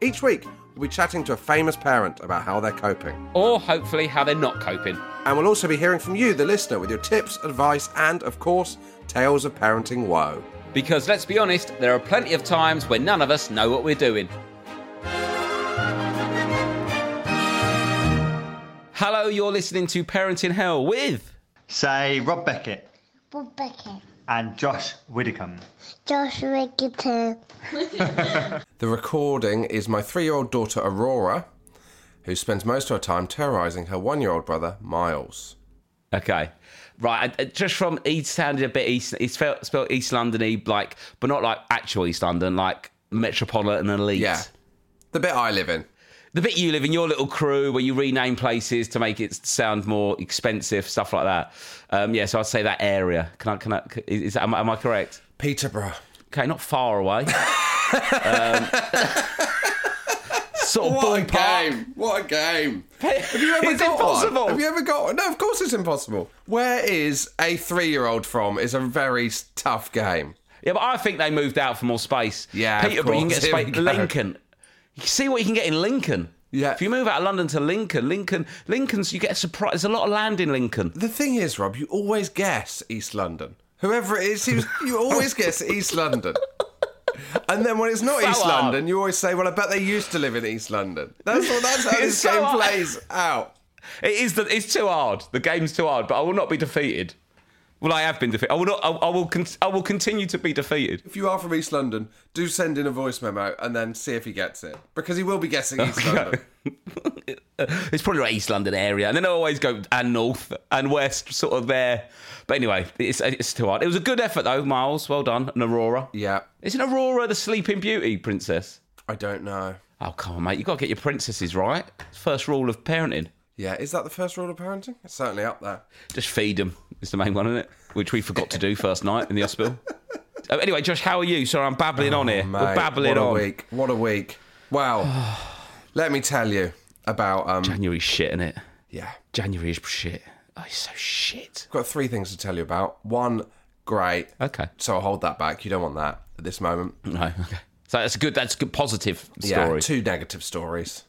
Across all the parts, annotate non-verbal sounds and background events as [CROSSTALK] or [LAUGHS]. each week we'll be chatting to a famous parent about how they're coping. Or hopefully how they're not coping. And we'll also be hearing from you, the listener, with your tips, advice, and, of course, tales of parenting woe. Because let's be honest, there are plenty of times when none of us know what we're doing. Hello, you're listening to Parenting Hell with. Say Rob Beckett Bob Beckett. and Josh Widdicombe. Josh Ricketton. The recording is my three year old daughter Aurora, who spends most of her time terrorising her one year old brother Miles. Okay. Right, and- and just from he sounded a bit East, he's felt, spelled East London y, like, but not like actual East London, like metropolitan elite. Yeah. The bit I live in. the bit you live in your little crew where you rename places to make it sound more expensive stuff like that um, yeah so i'd say that area can i can i is, is- am, am i correct Peterborough. okay not far away [LAUGHS] um, [LAUGHS] sort of ballpark What a game. have It's [LAUGHS] it's impossible Have you ever got one? No, of course it's impossible. Where is a three year old from is a very s- tough game. yeah but i think they moved out for more space Yeah, of peterborough you can get course. [LAUGHS] Here space we go. lincoln you can see what you can get in lincoln Yeah. if you move out of london to lincoln lincoln lincoln's you get a surprise there's a lot of land in lincoln The thing is, Rob, you always guess East London. Whoever it is, you- you always guess East London. And then when it's not So East hard. London, you always say, "Well, I bet they used to live in East London." That's what, that's [LAUGHS] how It's this so game hard. plays out. It is the, it's too hard. The game's too hard, but I will not be defeated. Well, I have been defeated. I will not. I, I will. Con- I will continue to be defeated. If you are from East London, do send in a voice memo and then see if he gets it because he will be guessing East London. [LAUGHS] it's probably like East London area, and then I always go and north and west, sort of there. But anyway, it's it's too hard. It was a good effort though, Miles. Well done, and Aurora. Yeah, Isn't Aurora the Sleeping Beauty princess? I don't know. Oh come on, mate! You got to get your princesses right. First rule of parenting: Yeah, is that the first rule of parenting? It's certainly up there. just feed them. Is the main one, isn't it? Which we forgot to do first night in the hospital. Oh, anyway, Josh, how are you? Sorry, I'm babbling on here. We're Oh, Mate, babbling what on. a week! What a week! Wow. [SIGHS] Let me tell you about um. January's shit, is it? Yeah, January is shit. Oh, it's so shit. got three things to tell you about. One, great. Okay. So I'll hold that back. You don't want that at this moment. No, okay. So that's a good. That's a good positive Yeah. story. Two negative stories.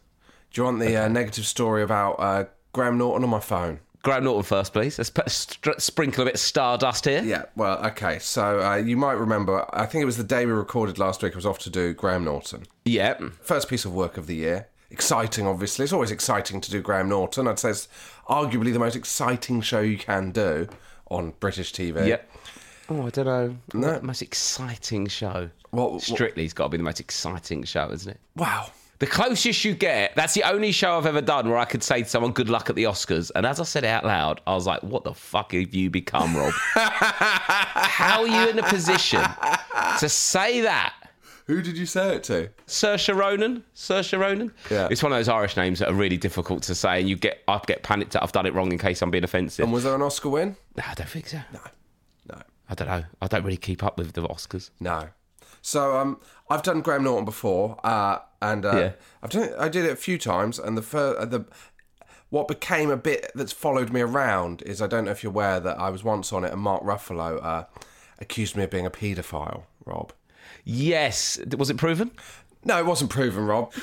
Do you want the uh, negative story about uh, Graham Norton on my phone? Graham Norton first, please. Let's put, str- sprinkle a bit of stardust here. Yeah, well, okay. So uh, you might remember, I think it was the day we recorded last week, I was off to do Graham Norton. Yeah. First piece of work of the year. Exciting, obviously. It's always exciting to do Graham Norton. I'd say it's arguably the most exciting show you can do on British TV. Yeah. Oh, I don't know. No. Most exciting show. What- what- Strictly's got to be the most exciting show, isn't it? Wow. The closest you get, that's the only show I've ever done where I could say to someone, good luck at the Oscars. And as I said it out loud, I was like, what the fuck have you become, [LAUGHS] Rob? How are you in a position to say that? Who did you say it to? Saoirse Ronan? Saoirse Ronan? Yeah. It's one of those Irish names that are really difficult to say, and you get, I get panicked that I've done it wrong in case I'm being offensive. And was there an Oscar win? no, I don't think so. No. I don't know. I don't really keep up with the Oscars. No. So um, I've done Graham Norton before. Uh, and uh, Yeah. I've done it, I did it a few times, and the fir- uh, the what became a bit that's followed me around is I don't know if you're aware that I was once on it, and Mark Ruffalo uh, accused me of being a paedophile, Rob. Yes. Was it proven? No, it wasn't proven, Rob.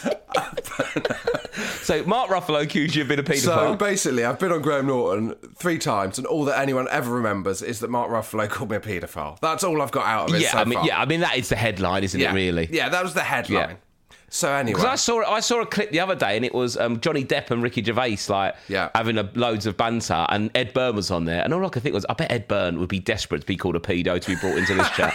So Mark Ruffalo accused you of being a paedophile. So basically, I've been on Graham Norton three times, and all that anyone ever remembers is that Mark Ruffalo called me a paedophile. That's all I've got out of it. yeah, so I mean, far. yeah, I mean that is the headline, isn't yeah, it? Really? Yeah, that was the headline. Yeah. So anyway, Because I saw I saw a clip the other day, and it was um, Johnny Depp and Ricky Gervais like Yeah. having a, loads of banter, and Ed Byrne was on there, and all I could think was, I bet Ed Byrne would be desperate to be called a pedo to be brought into this [LAUGHS] chat.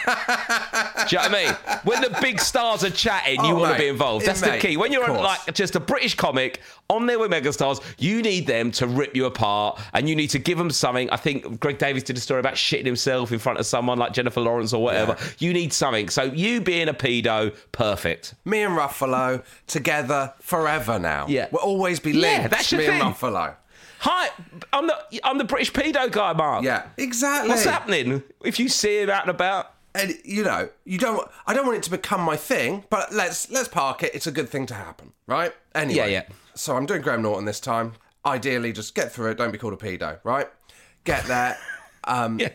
Do you know what I mean? When the big stars are chatting, you Oh, want mate. to be involved. Yeah, That's mate, the key. When you're of on, course. like just a British comic on there with megastars, you need them to rip you apart, and you need to give them something. I think Greg Davies did a story about shitting himself in front of someone like Jennifer Lawrence or whatever. You need something. So you being a pedo, perfect. me and Ruffalo together forever now. Yeah. we'll always be Yeah, linked. that's your me and thing. Ruffalo. Hi, I'm the I'm the British pedo guy, Mark. Yeah, exactly. What's happening? If you see him out and about, And you know, you don't. I don't want it to become my thing, but let's let's park it. It's a good thing to happen, right? Anyway. Yeah, yeah. So I'm doing Graham Norton this time. Ideally, just get through it. Don't be called a pedo, right? [LAUGHS] Get there. um, yeah,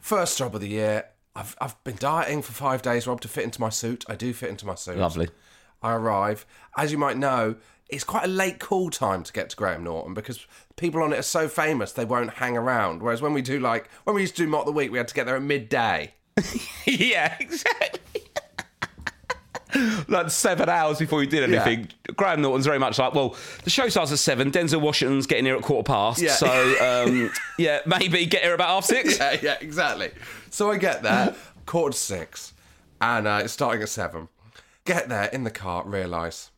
First job of the year. I've I've been dieting for five days, Rob, to fit into my suit. I do fit into my suit. lovely. I arrive. As you might know, it's quite a late call time to get to Graham Norton because people on it are so famous they won't hang around. Whereas when we do like when we used to do Mock the Week, we had to get there at midday. [LAUGHS] yeah, exactly. [LAUGHS] like seven hours before you did anything, Graham Norton's very much like, well, the show starts at seven. Denzel Washington's getting here at quarter past, Yeah. so [LAUGHS] um, yeah, maybe get here about half six. yeah, yeah, exactly. So I get there, quarter to six, and uh, it's starting at seven. Get there in the car, realise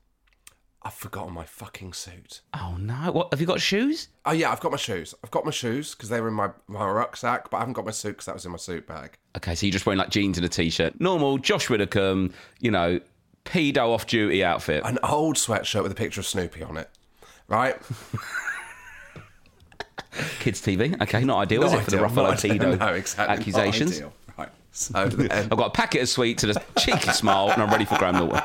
I've forgotten my fucking suit. Oh no, what have you got shoes? Oh yeah, I've got my shoes. I've got my shoes because they were in my, my rucksack, but I haven't got my suit because that was in my suit bag. Okay, so you're just wearing like jeans and a t-shirt, normal Josh Widdicombe, you know, pedo off duty outfit. An old sweatshirt with a picture of Snoopy on it. [LAUGHS] Right? Kids TV. Okay, not ideal, is Not it, for the ideal, Ruffalo not [LAUGHS] ideal. [LAUGHS] pedo No, exactly. not accusations? ideal. Right. [LAUGHS] So then, I've got a packet of sweets and a cheeky smile, and I'm ready for Graham [LAUGHS] Norton.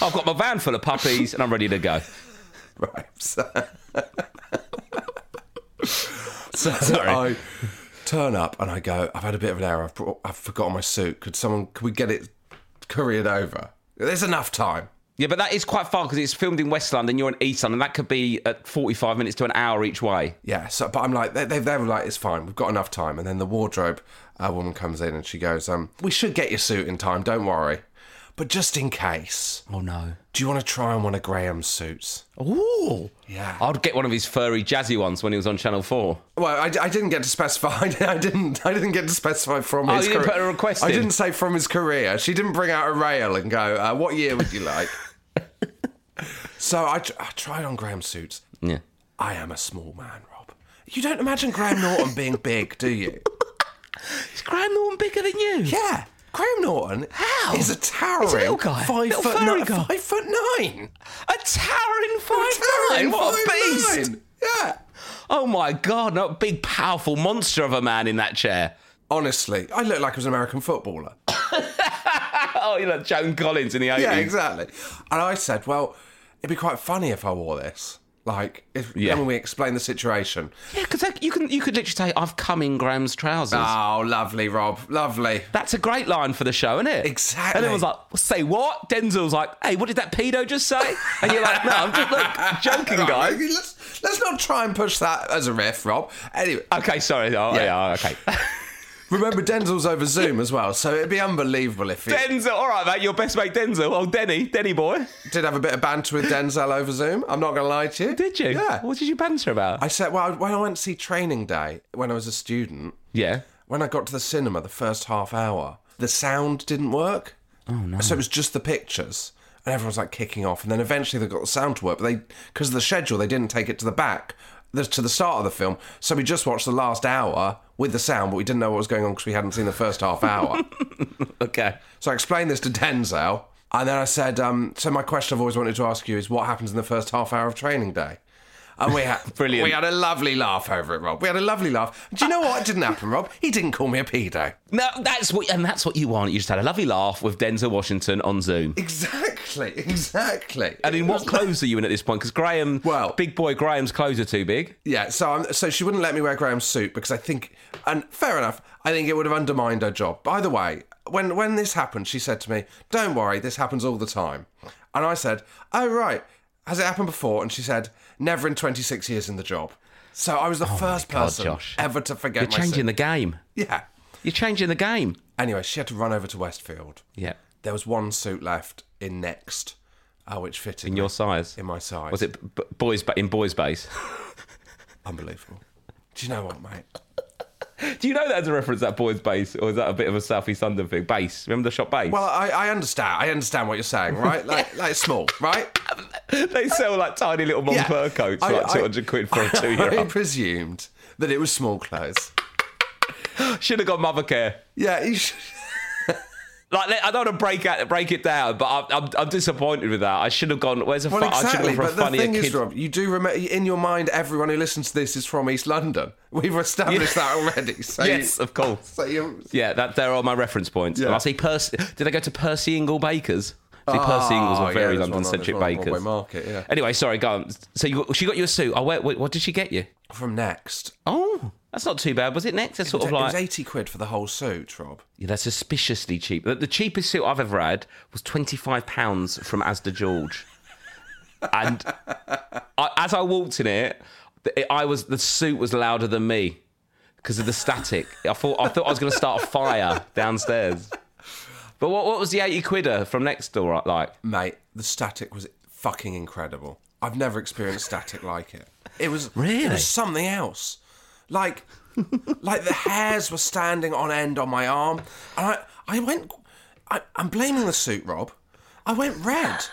I've got my van full of puppies, and I'm ready to go. right. So, [LAUGHS] so I turn up and I go, I've had a bit of an error. I've, brought, I've forgotten my suit. Could someone, could we get it couriered over? There's enough time. Yeah, but that is quite far because it's filmed in West London, you're in East London. That could be at 45 minutes to an hour each way. Yeah, so but I'm like they they they were like it's fine, we've got enough time. And then the wardrobe uh, woman comes in and she goes, um, "We should get your suit in time, don't worry, but just in case, Oh, no. do you want to try on one of Graham's suits?" Ooh. Yeah. I'd get one of his furry, jazzy ones when he was on Channel 4. Well, I, I didn't get to specify. [LAUGHS] I didn't. I didn't get to specify from Oh, his. you didn't career. put a request I in? didn't say from his career. She didn't bring out a rail and go, uh, "What year would [LAUGHS] you like?" so I, tr- I tried on Graham suits. Yeah. I am a small man, Rob. You don't imagine Graham Norton being big, do you? Is Graham Norton bigger than you? Yeah. Graham Norton How? is a He's a towering little guy, five little foot furry nine. guy. Five foot nine. A towering five Towering nine. What a five beast. nine. Yeah. Oh, my God. Not a big, powerful monster of a man in that chair. Honestly, I look like I was an [LAUGHS] American footballer. Oh, you know, Joan Collins in the 80s. yeah, exactly. And I said, well, it'd be quite funny if I wore this. Like, if, Yeah. then we explain the situation. Yeah, because you can you could literally say, "I've come in Graham's trousers." Oh, lovely, Rob. Lovely. That's a great line for the show, isn't it? Exactly. And everyone's like, "Say what?" Denzel's like, "Hey, what did that pedo just say?" And you're like, "No, I'm just [LAUGHS] like, joking, Right, guys." Let's, let's not try and push that as a riff, Rob. Anyway, Okay, sorry. Oh, Yeah. yeah. [LAUGHS] okay. remember Denzel's over Zoom as well, so it'd be unbelievable if he Denzel, all right, mate. Your best mate, Denzel. Oh, Denny, Denny boy. did have a bit of banter with Denzel over Zoom. I'm not going to lie to you. Did you? Yeah. What did you banter about? I said, well, when I went to see Training Day when I was a student, yeah. when I got to the cinema the first half hour, the sound didn't work. Oh, no. So it was just the pictures. And everyone was like kicking off. And then eventually they got the sound to work. But they, because of the schedule, they didn't take it to the back, the, to the start of the film. So we just watched the last hour with the sound, but we didn't know what was going on because we hadn't seen the first half hour. Okay. So I explained this to Denzel, and then I said, um, "So my question I've always wanted to ask you is, what happens in the first half hour of training day?" and we [LAUGHS] had Brilliant. We had a lovely laugh over it, Rob. We had a lovely laugh. Do you know what didn't happen, Rob? He didn't call me a pedo. No, that's what, and that's what you want. You just had a lovely laugh with Denzel Washington on Zoom. Exactly, exactly. And in what clothes are you in at this point? Because Graham, Well- big boy Graham's clothes are too big. Yeah, so I'm, so she wouldn't let me wear Graham's suit because I think, and fair enough, I think it would have undermined her job. By the way, when when this happened, she said to me, "Don't worry, this happens all the time," and I said, "Oh right, has it happened before?" And she said, "Never in 26 years in the job." So I was the first Oh God, person Josh. ever to forget. You're my changing the suit. game. [LAUGHS] yeah. You're changing the game. Anyway, she had to run over to Westfield. Yeah, There was one suit left in Next, uh, which fitted in me. your size. in my size. Was it b- boys? Ba- in boys' base. [LAUGHS] unbelievable? Do you know what, mate? Do you know that's a reference that boys' base, or is that a bit of a Southeast London thing? Base. Remember the shop base? Well, I, I understand. I understand what you're saying, right? Like, like it's small, right? [LAUGHS] they sell like tiny little Montclair coats, for I- like I- two hundred quid [LAUGHS] for a [LAUGHS] I two-year-old. presumed that it was small clothes. Should have got mother care. Yeah, you should. Like I don't want to break out, break it down, but I'm, I'm, I'm disappointed with that. I should have gone. Where's a Well, fu- I exactly. should have gone But for a the funnier thing kid. is, Rob, you do remember in your mind. Everyone who listens to this is from East London. We've established that already. [LAUGHS] So yes, of course. So you. Yeah, that there are my reference points. And I see Percy. Did I go to Percy Ingle Bakers? See, Percy Ingle's Ah, yeah, were very there's one on- London-centric there's one on bakers. Broadway Market, yeah. Anyway, sorry, go on. So you, got- she got you a suit. Oh, wait, wait, what did she get you? From next, Oh, that's not too bad, was it? Next, that's sort of it was like eighty quid for the whole suit, Rob. yeah, that's suspiciously cheap. The, the cheapest suit I've ever had was twenty-five pounds from Asda George, and I, as I walked in it, the- it- I was the suit was louder than me because of the static. I thought I thought I was going to start a fire downstairs. But what, what was the eighty quidder from next door uh, like? Mate, the static was fucking incredible. I've never experienced static like it. It was Really? it was something else. Like like the hairs were standing on end on my arm. And I I went I, I'm blaming the suit, Rob. I went red.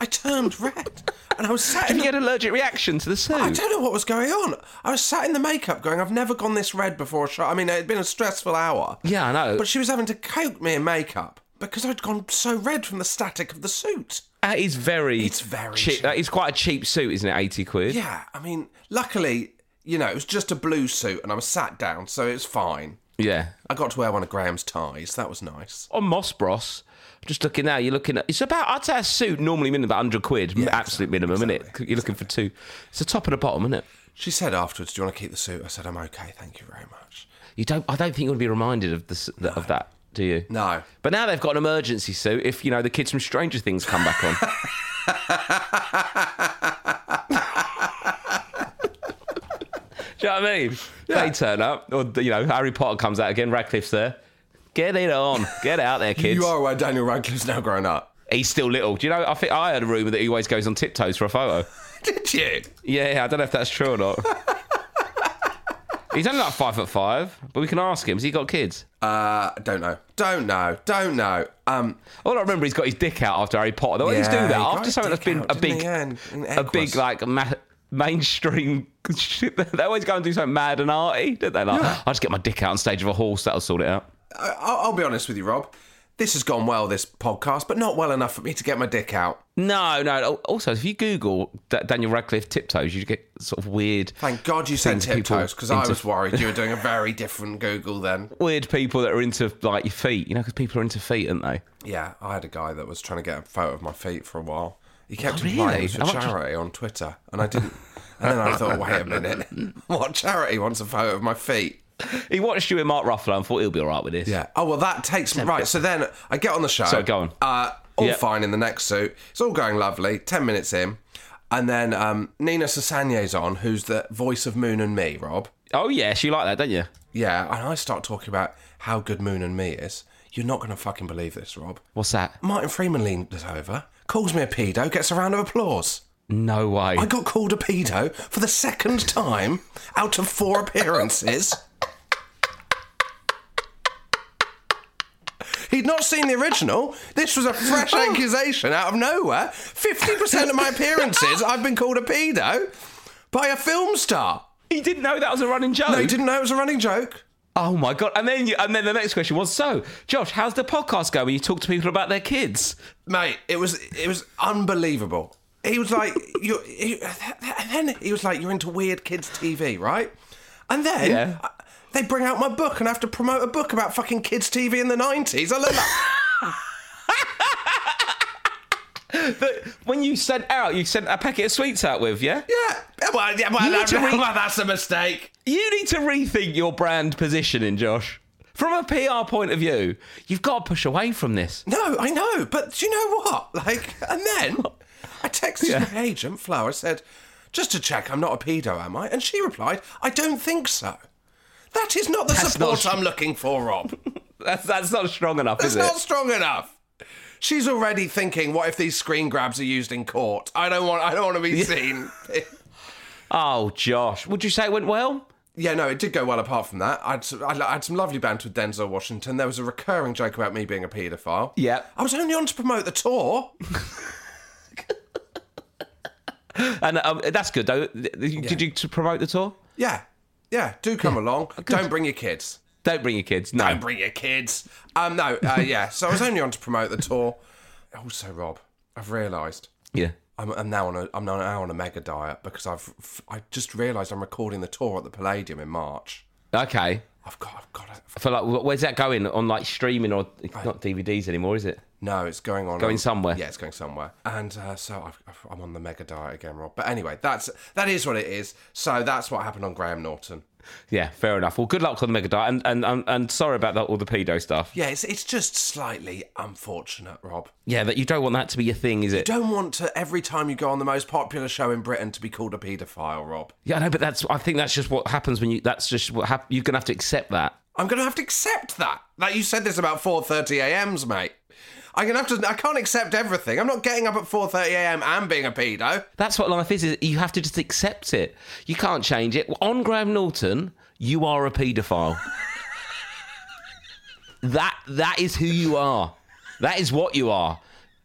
I turned red. And I was sat Did in you the, get an allergic reaction to the I suit? don't know what was going on. I was sat in the makeup going, I've never gone this red before a shot. I mean, it had been a stressful hour. Yeah, I know. But she was having to coat me in makeup because I'd gone so red from the static of the suit. That is very. It's very cheap. cheap. That is quite a cheap suit, isn't it? Eighty quid. Yeah, I mean, luckily, you know, it was just a blue suit and I was sat down, so it was fine. Yeah. I got to wear one of Graham's ties. That was nice. on Moss Bros. Just looking now, you're looking at it's about I'd say a suit normally minimum about hundred quid, absolute minimum, isn't it? You're looking for two. It's the top and the bottom, isn't it? She said afterwards, "Do you want to keep the suit?" I said, "I'm okay, thank you very much." You don't. I don't think you want to be reminded of this of that, do you? No. But now they've got an emergency suit. If you know the kids from Stranger Things come back [LAUGHS] on. Do you know what I mean? They turn up, or you know, Harry Potter comes out again. Radcliffe's there. Get it on. Get out there, kids. You are aware Daniel Radcliffe's now grown up. [LAUGHS] He's still little. Do you know? I think I heard a rumor that he always goes on tiptoes for a photo. Did you? Yeah, yeah, I don't know if that's true or [LAUGHS] not. He's only like five foot five, but we can ask him. Has he got kids? Uh, don't know. Don't know. Don't know. Um, All I remember, he's got his dick out after Harry Potter. They always Yeah, do that he got after his something that's dick been out, a didn't big, he? Yeah, in- in a big Equus. like ma- mainstream. [LAUGHS] shit. They always go and do something mad and arty, don't they? Like, I'll just get my dick out on stage of a horse. That'll sort it out. I- I'll, I'll be honest with you, Rob. This has gone well, this podcast, but not well enough for me to get my dick out. No, no. Also, if you Google D- Daniel Radcliffe tiptoes, you get sort of weird. Thank God you said things people tiptoes because I into- was worried you were doing a very different Google then. weird people that are into like your feet, you know, because people are into feet, aren't they? Yeah, I had a guy that was trying to get a photo of my feet for a while. He kept Oh, implying really? it was for How much- charity on Twitter, and I didn't. And then I thought, wait a minute, [LAUGHS] what charity wants a photo of my feet? He watched you in Mark Ruffalo and thought he'll be all right with this. Yeah. Oh well, that takes me right. So then I get on the show. Sorry, go on. Uh, all Yeah. fine in the next suit. It's all going lovely. Ten minutes in, and then um, Nina Sasanye's on, who's the voice of Moon and Me, Rob. Oh yes, you like that, don't you? Yeah, and I start talking about how good Moon and Me is. You're not going to fucking believe this, Rob. What's that? Martin Freeman leaned us over, calls me a pedo, gets a round of applause. No way. I got called a pedo for the second time out of four appearances. He'd not seen the original. This was a fresh accusation out of nowhere. 50% of my appearances, I've been called a pedo by a film star. he didn't know that was a running joke. No, he didn't know it was a running joke. Oh my god! And then, you, and then the next question was: So, Josh, how's [LAUGHS] the podcast going when you talk to people about their kids? Mate, it was it was unbelievable. He was like, [LAUGHS] you. he- And then he was like, you're into weird kids TV, right? And then Yeah. I- they bring out my book and I have to promote a book about fucking kids TV in the nineties. I look [LAUGHS] like. When you sent out, you sent a packet of sweets out with, yeah? Yeah, well, yeah, well, You need to re- well, that's a mistake. You need to rethink your brand positioning, Josh. From a PR point of view, you've got to push away from this. [LAUGHS] No, I know, but do you know what? Like, and then I texted my agent, Flower, said, just to check, I'm not a pedo, am I? And she replied, I don't think so. That is not the That's not support str- I'm looking for, Rob. That's that's not strong enough, That's is not it? strong enough. She's already thinking, what if these screen grabs are used in court? I don't want, I don't want to be seen. Oh, Josh, would you say it went well? [LAUGHS] Yeah, no, it did go well. Apart from that, I had some, I I had some lovely banter with Denzel Washington. There was a recurring joke about me being a paedophile. Yep. I was only on to promote the tour. And um, that's good though. Did you to promote the tour? Yeah, yeah. Do come [LAUGHS] along. Don't bring your kids. Don't bring your kids. No. Don't bring your kids. Um, no, uh, yeah. So I was only on to promote the tour. Also, Rob, I've realised yeah. I'm, I'm now on a I'm now on a mega diet because I've f- I just realised I'm recording the tour at the Palladium in March. Okay. I've got I've got to, For like, wh- where's that going on? Like streaming or it's not DVDs anymore, is it? No, it's going on. Going somewhere. Yeah, it's going somewhere. And uh, so I've, I've- I'm on the mega diet again, Rob. But anyway, that's that is what it is. So that's what happened on Graham Norton. Yeah. Fair enough. Well, good luck on the mega diet, and and and, and sorry about that, all the pedo stuff. Yeah, it's it's just slightly unfortunate, Rob. Yeah, that you don't want that to be your thing, is it? Don't want to every time you go on the most popular show in Britain to be called a paedophile, Rob. Yeah, I know, but that's I think that's just what happens when you. That's just what hap- you're gonna have to accept that. I'm going to have to accept that. Like you said this about 4:30 a.m.s, mate. I'm gonna have to. I can't accept everything. I'm not getting up at 4:30 a.m. and being a pedo. [LAUGHS] That's what life is. Is you have to just accept it. You can't change it. On Graham Norton, you are a paedophile. [LAUGHS] that that is who you are. That is what you are.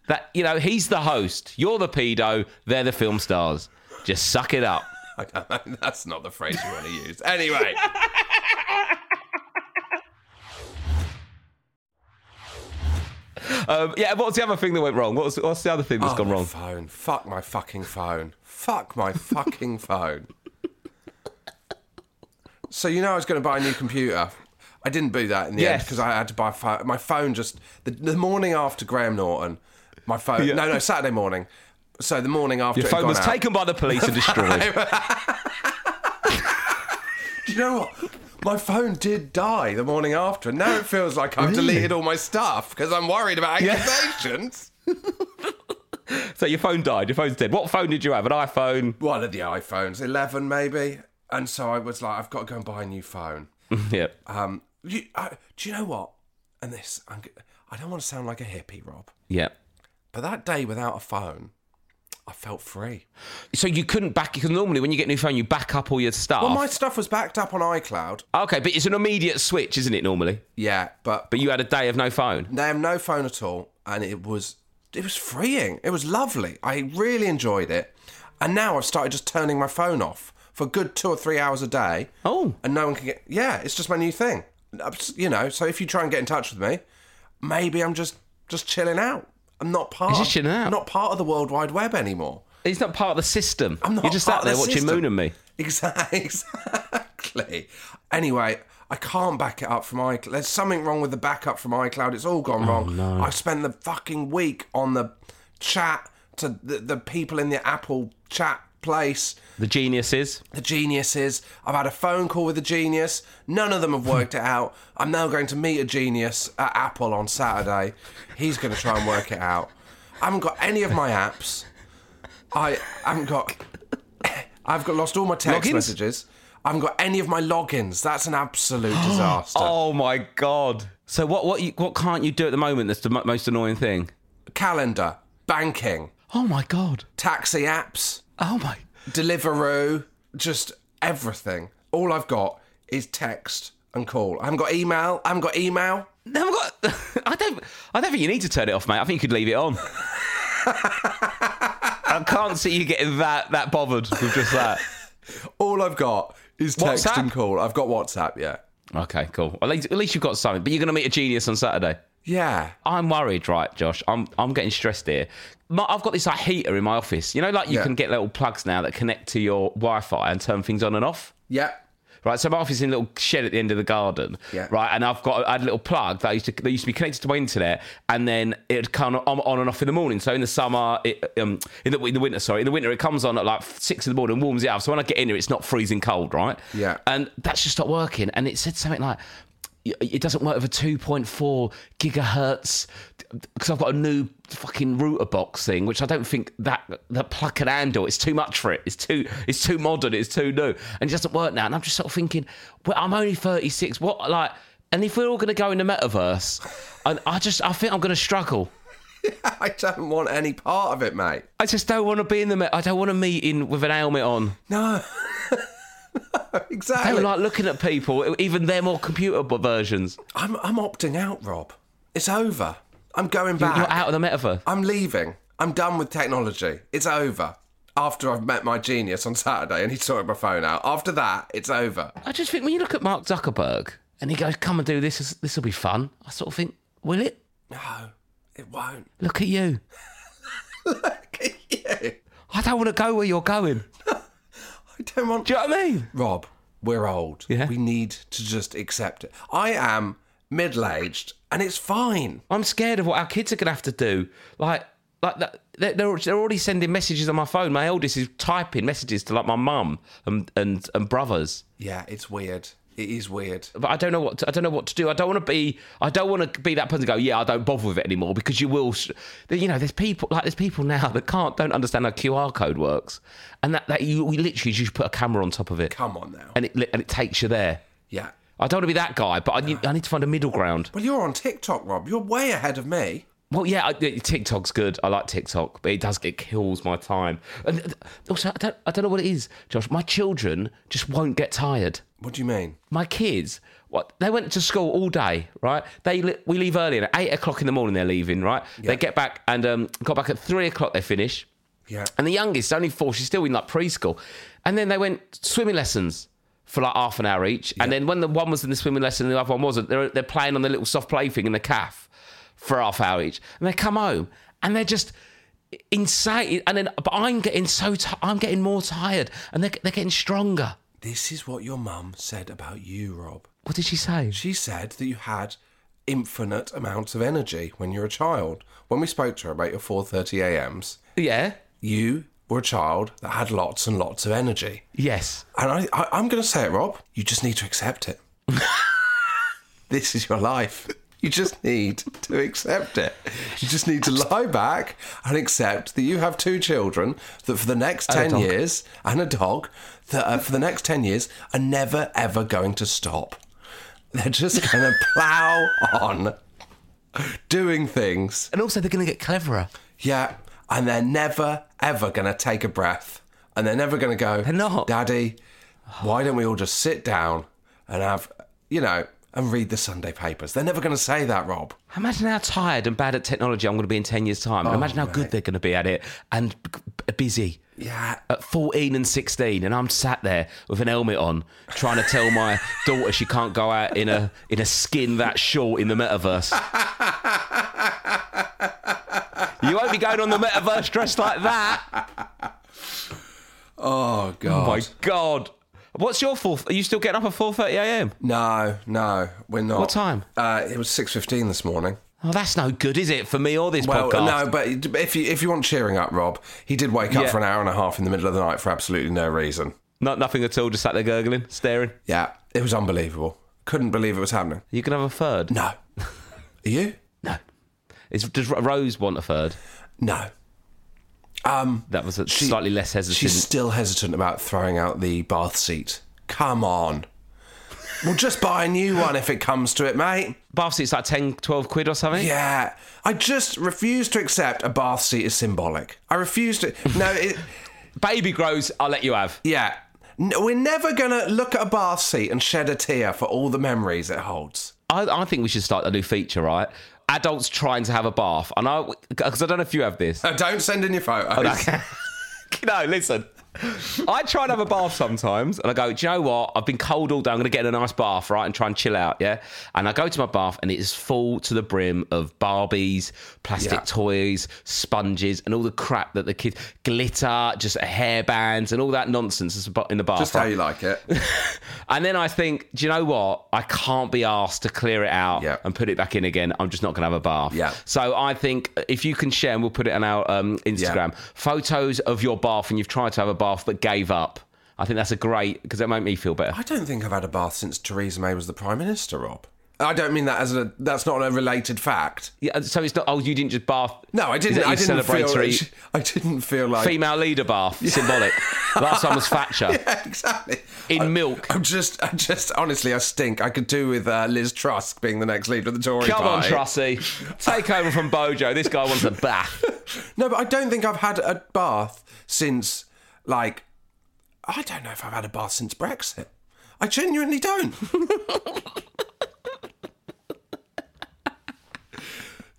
That you know, he's the host. You're the pedo. They're the film stars. Just suck it up. I don't, that's not the phrase you want to use. [LAUGHS] Anyway. Um, yeah. What's the other thing that went wrong? What's what's the other thing that's Oh, gone my wrong? Phone. Fuck my fucking phone. Fuck my fucking [LAUGHS] phone. So you know I was going to buy a new computer. I didn't do that in the end Yes. because I had to buy a phone. My phone just the, the morning after Graham Norton, [LAUGHS] my phone. No, no, Saturday morning. So the morning after Your it had phone gone was out- taken by the police [LAUGHS] and destroyed. Do you know what? My phone did die the morning after, and now it feels like I've deleted all my stuff because I'm worried about accusations. [LAUGHS] so your phone died. Your phone's dead. What phone did you have? An iPhone? One of the iPhones, eleven maybe, and so I was like, I've got to go and buy a new phone. [LAUGHS] yeah. Um, you, I, do you know what? And this, I'm, g- I don't want to sound like a hippie, Rob, Yeah. but that day without a phone, I felt free. So you couldn't back because normally when you get a new phone, you back up all your stuff. Well, my stuff was backed up on iCloud. Okay, but it's an immediate switch, isn't it? Normally, Yeah, but, but you had a day of no phone. they have no phone at all, and it was it was freeing. It was lovely. I really enjoyed it, and now I've started just turning my phone off for a good two or three hours a day. Oh. and no one can get. Yeah, it's just my new thing. I'm s- You know, so if you try and get in touch with me, maybe I'm just just chilling out. I'm not part. You're just chilling out. Not part of the World Wide Web anymore. It's not part of the system. I'm not You're just part out of there the watching system. Moon and me. Exactly. [LAUGHS] exactly. Anyway, I can't back it up from iCloud. There's something wrong with the backup from iCloud. It's all gone wrong. I spent the fucking week on the chat to the, the people in the Apple chat place, The geniuses. the geniuses. I've had a phone call with a genius. None of them have worked it out. I'm now going to meet a genius at Apple on Saturday. He's going to try and work it out. I haven't got any of my apps. I haven't got. [COUGHS] I've got lost all my text Logins? messages. I haven't got any of my logins. That's [GASPS] an absolute disaster. Oh my god. So what? What? You, what can't you do at the moment? That's the mo- most annoying thing. Calendar, banking, Oh my god. taxi apps, Oh my. Deliveroo, just everything. All I've got is text and call. I haven't got email. I haven't got email. Now I've got. [LAUGHS] I don't. I don't think you need to turn it off, mate. I think you could leave it on. I can't see you getting that that bothered with just [LAUGHS] that. All I've got is text WhatsApp? and call. I've got WhatsApp, yeah. Okay, cool. At least, at least you've got something. But you're going to meet a genius on Saturday. Yeah. I'm worried, right, Josh? I'm I'm getting stressed here. My, I've got this like heater in my office. You know, like you Yeah. can get little plugs now that connect to your Wi-Fi and turn things on and off. Yeah. Right, so my office is in a little shed at the end of the garden. Yeah. Right, and I've got I had a little plug that I used to that used to be connected to my internet, and then it'd come on, on and off in the morning. So in the summer, it, um, in the in the winter, sorry, in the winter it comes on at like six in the morning, warms it up. So when I get in here, it's not freezing cold, right? Yeah. And that's just not working. And it said something like. It doesn't work with a 2.4 gigahertz because I've got a new fucking router box thing, which I don't think that that plug can handle. It's too much for it. It's too it's too modern. It's too new, and it doesn't work now. And I'm just sort of thinking, well, I'm only 36. What like? And if we're all going to go in the metaverse, and I just I think I'm going to struggle. I don't want any part of it, mate. I just don't want to be in the. Met- I don't want to meet in with an helmet on. No. [LAUGHS] no I exactly. don't like looking at people, even their more computer b- versions. I'm, I'm opting out, Rob. It's over. I'm going You're back. out of the metaverse. I'm leaving. I'm done with technology. It's over. After I've met my genius on Saturday and he sorted my phone out. After that, it's over. I just think when you look at Mark Zuckerberg and he goes, "Come and do this. This will be fun." I sort of think, "Will it? No, it won't. Look at you. Look at you. I don't want to go where you're going." I don't want. Do you know what I mean? Rob, we're old. Yeah. We need to just accept it. I am middle aged and it's fine. I'm scared of what our kids are going to have to do. Like, like that, they're, they're they're already sending messages on my phone. My eldest is typing messages to like my mum and and and brothers. Yeah, it's weird. It is weird. But I don't know what to, I don't know what to do. I don't want to be I don't want to be that person to go. Yeah, I don't bother with it anymore because you will. s- You know, there's people like there's people now that can't don't understand how QR code works, and that that you we literally just put a camera on top of it, Come on now. and it li- and it takes you there. Yeah. I don't want to be that guy, but I need, I need to find a middle ground. Well, you're on TikTok, Rob. You're way ahead of me. Well, yeah, I, TikTok's good. I like TikTok, but it does it kills my time. And th- also, I don't, I don't know what it is, Josh. My children just won't get tired. What do you mean? My kids, what they went to school all day, right? They li- we leave early at eight o'clock in the morning. They're leaving, right? They get back and um, got back at three o'clock. They finish, Yeah. and the youngest, only four, she's still in like preschool, and then they went swimming lessons. For like half an hour each, and then when the one was in the swimming lesson and the other one wasn't, they're, they're playing on the little soft play thing in the calf for half hour each, and they come home and they're just insane. And then, but I'm getting so ti I'm getting more tired, and they're, they're getting stronger. This is what your mum said about you, Rob. What did she say? She said that you had infinite amounts of energy when you're a child. When we spoke to her about your 4:30 a.m.s, Yeah. you were a child that had lots and lots of energy. Yes. And I, I I'm going to say it, Rob. You just need to accept it. [LAUGHS] this is your life. You just need to accept it. You just need to lie back and accept that you have two children that for the next 10 dog. years and a dog that uh, for the next 10 years are never ever going to stop. They're just going to [LAUGHS] plow on doing things And also, they're going to get cleverer. yeah, and they're never ever gonna take a breath, and they're never gonna go. They're not. Daddy. Why don't we all just sit down and have, you know, and read the Sunday papers? They're never gonna say that, Rob. Imagine how tired and bad at technology I'm going to be in 10 years' time. And Imagine how good they're going to be at it and b- b- busy. Yeah. At 14 and 16, and I'm sat there with an helmet on, trying to tell [LAUGHS] my daughter she can't go out in a in a skin that short in the [LAUGHS] metaverse. you won't be going on the metaverse dressed like that. Oh God. My God, what's your four? Are you still getting up at 4:30 a.m.? No, no, we're not. What time? Uh, it was six fifteen this morning. Oh, that's no good, is it for me or this Well, podcast? no, but if you if you want cheering up, Rob, he did wake up Yeah. for an hour and a half in the middle of the night for absolutely no reason. Not nothing at all. Just sat there gurgling, staring. Yeah, it was unbelievable. Couldn't believe it was happening. You can have a third. [LAUGHS] No, are you? No. Is, does Ro- Rose want a third? No. Um, That was a She- slightly less hesitant. She's still hesitant about throwing out the bath seat. Come on. We'll just buy a new one if it comes to it, mate. Bath seat's like 10, 12 quid or something. Yeah. I just refuse to accept a bath seat is symbolic. I refuse to. No, it, Baby grows, I'll let you have. yeah. N- We're never going to look at a bath seat and shed a tear for all the memories it holds. I, I think we should start a new feature, right? Adults trying to have a bath. And I, because I don't know if you have this. Uh, don't send in your photos. [LAUGHS] no, listen. I try and have a bath sometimes, and I go, do you know what? I've been cold all day. I'm going to get in a nice bath, right, and try and chill out, yeah. And I go to my bath, and it is full to the brim of Barbies, plastic Yeah. toys, sponges, and all the crap that the kids glitter, just hairbands, and all that nonsense is in the bath. [LAUGHS] Just right? how you like it. [LAUGHS] And then I think, do you know what? I can't be asked to clear it out Yeah. and put it back in again. I'm just not going to have a bath. Yeah. So I think uh, if you can share, and we'll put it on our um, Instagram, photos of your bath and you've tried to have a bath but gave up. I think that's a great because that made me feel better. I don't think I've had a bath since Theresa May was the Prime Minister, Rob. I don't mean that as a. That's not a related fact. Yeah, so it's not. Oh, you didn't just bath. No, I Is didn't. that I your didn't celebratory feel. [LAUGHS] I didn't feel like. female leader bath. Symbolic. Last one was Thatcher. [LAUGHS] Yeah, [LAUGHS] exactly. In I- milk. I'm just. I just. Honestly, I stink. I could do with uh, Liz Truss being the next leader of the Tory Come on, party. Trussie. Take over from Bojo. This guy wants a [LAUGHS] bath. No, but I don't think I've had a bath since like. I don't know if I've had a bath since Brexit. I genuinely don't. [LAUGHS]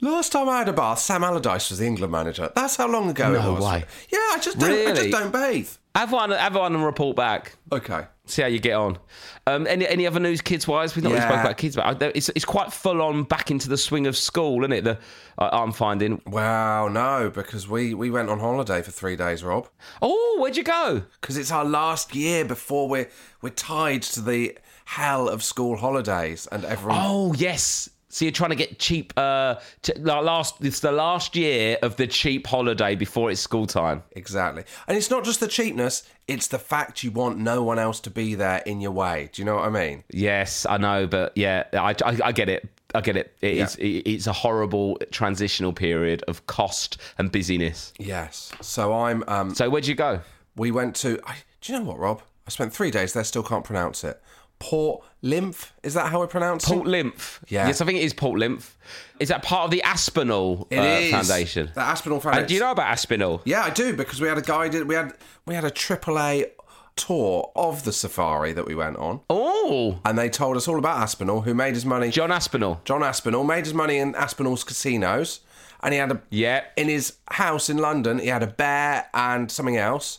Last time I had a bath, Sam Allardyce was the England manager. That's how long ago No it was. way. Yeah, I just don't. I Really? just don't bathe. Have one, have one and report back. Okay. see how you get on. Um, any any other news, kids wise? We've not really Yeah. spoke about kids, but I, there- it's it's quite full on back into the swing of school, isn't it? The I I'm finding. Wow, no, because we we went on holiday for three days, Rob. Oh, where'd you go? because it's our last year before we're we're tied to the hell of school holidays and everyone. Oh yes. So you're trying to get cheap. Uh, t- la- last it's the last year of the cheap holiday before it's school time. Exactly, and it's not just the cheapness; it's the fact you want no one else to be there in your way. Do you know what I mean? Yes, I know, but yeah, I, I, I get it. I get it. It is- it- it's a horrible transitional period of cost and busyness. Yes. So I'm. Um, So where'd you go? we went to. I, do you know what, Rob? I spent three days there. Still can't pronounce it. Port Lymph. Is that how we pronounce Port it? Lymph. Yeah. Yes, I think it is Port Lymph. Is that part of the Aspinall It uh, is. Foundation? The Aspinall Foundation. And do you know about Aspinall? Yeah, I do because we had a guided. We had we had a AAA tour of the safari that we went on. Oh, and they told us all about Aspinall, who made his money. John Aspinall. John Aspinall made his money in Aspinall's casinos, and he had a Yeah. in his house in London. He had a bear and something else,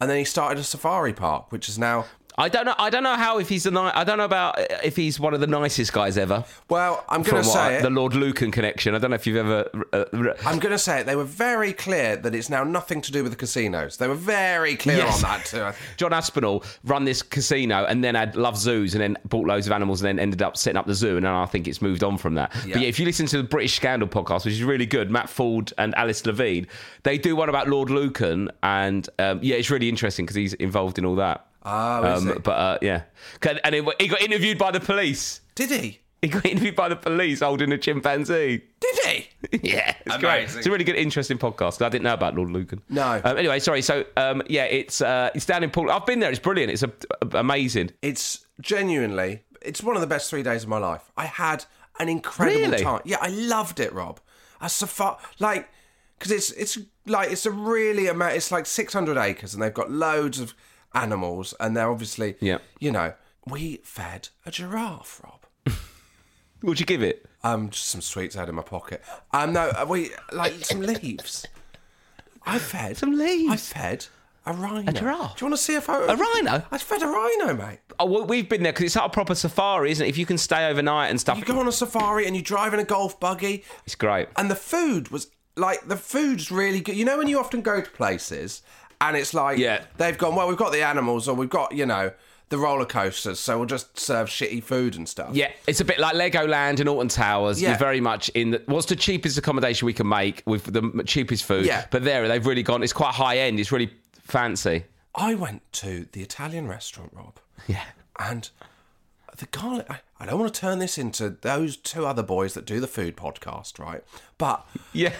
and then he started a safari park, which is now I don't know. I don't know how if he's the ni- I don't know about uh, if he's one of the nicest guys ever. well. I'm going From to what say I- it. the Lord Lucan connection. I don't know if you've ever. Uh, re- I'm going to say it. They were very clear that it's now nothing to do with the casinos. They were very clear Yes. on that too. John Aspinall run this casino and then had love zoos and then bought loads of animals and then ended up setting up the zoo and then I think it's moved on from that. Yeah. But yeah, if you listen to the British Scandal podcast, which is really good, Matt Ford and Alice Levine, they do one about Lord Lucan and um, yeah, it's really interesting because he's involved in all that. Oh, is he? But uh, yeah, 'Cause- and it, he got interviewed by the police. Did he? He got [LAUGHS] interviewed by the police holding a chimpanzee. Did he? [LAUGHS] Yeah, it's great. Amazing. It's a really good, interesting podcast. 'cause I didn't know about Lord Lucan. No. Um, anyway, sorry. So, um, yeah, it's uh, it's down in Port. I've been there. It's brilliant. It's a, a- amazing. It's genuinely, it's one of the best three days of my life. I had an incredible Really? time. Yeah, I loved it, Rob. A safari, like, because it's it's like it's a really ama- It's like six hundred acres, and they've got loads of animals, and they're obviously, Yeah. you know, we fed a giraffe, Rob. Would you give it? Um, just some sweets I had in my pocket. Um, no, uh, we like some leaves. I fed Some leaves? I fed a rhino. giraffe? Do you want to see a photo? A rhino? I fed a rhino, mate. Oh, well, we've been there because it's not a proper safari, isn't it? If you can stay overnight and stuff, You go on a safari and you drive in a golf buggy, it's great. and the food was like the food's really good. You know when you often go to places and it's like Yeah. they've gone well, we've got the animals or we've got you know the roller coasters, so we'll just serve shitty food and stuff. Yeah, it's a bit like Legoland and Alton Towers. Yeah. You're very much in the, what's the cheapest accommodation we can make with the m- cheapest food. Yeah. But there, they've really gone. It's quite high end. It's really fancy. I went to the Italian restaurant, Rob. Yeah. And the garlic, I, I don't want to turn this into those two other boys that do the food podcast, right? But Yeah.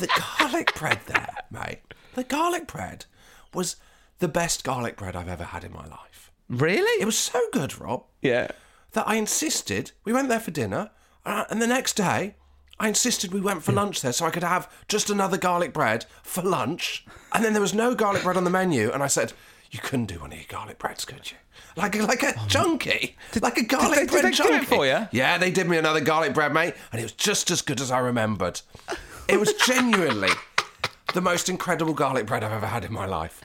the garlic bread there, mate, the garlic bread was the best garlic bread I've ever had in my life. Really? It was so good, Rob, yeah. that I insisted we went there for dinner, uh, and the next day I insisted we went for lunch there so I could have just another garlic bread for lunch. And then there was no garlic bread on the menu, and I said, "You couldn't do one of your garlic breads, could you?" Like a, like a junkie, like a garlic they- Oh, did bread they do it junkie for you? Yeah, they did me another garlic bread, mate, and it was just as good as I remembered. It was genuinely the most incredible garlic bread I've ever had in my life.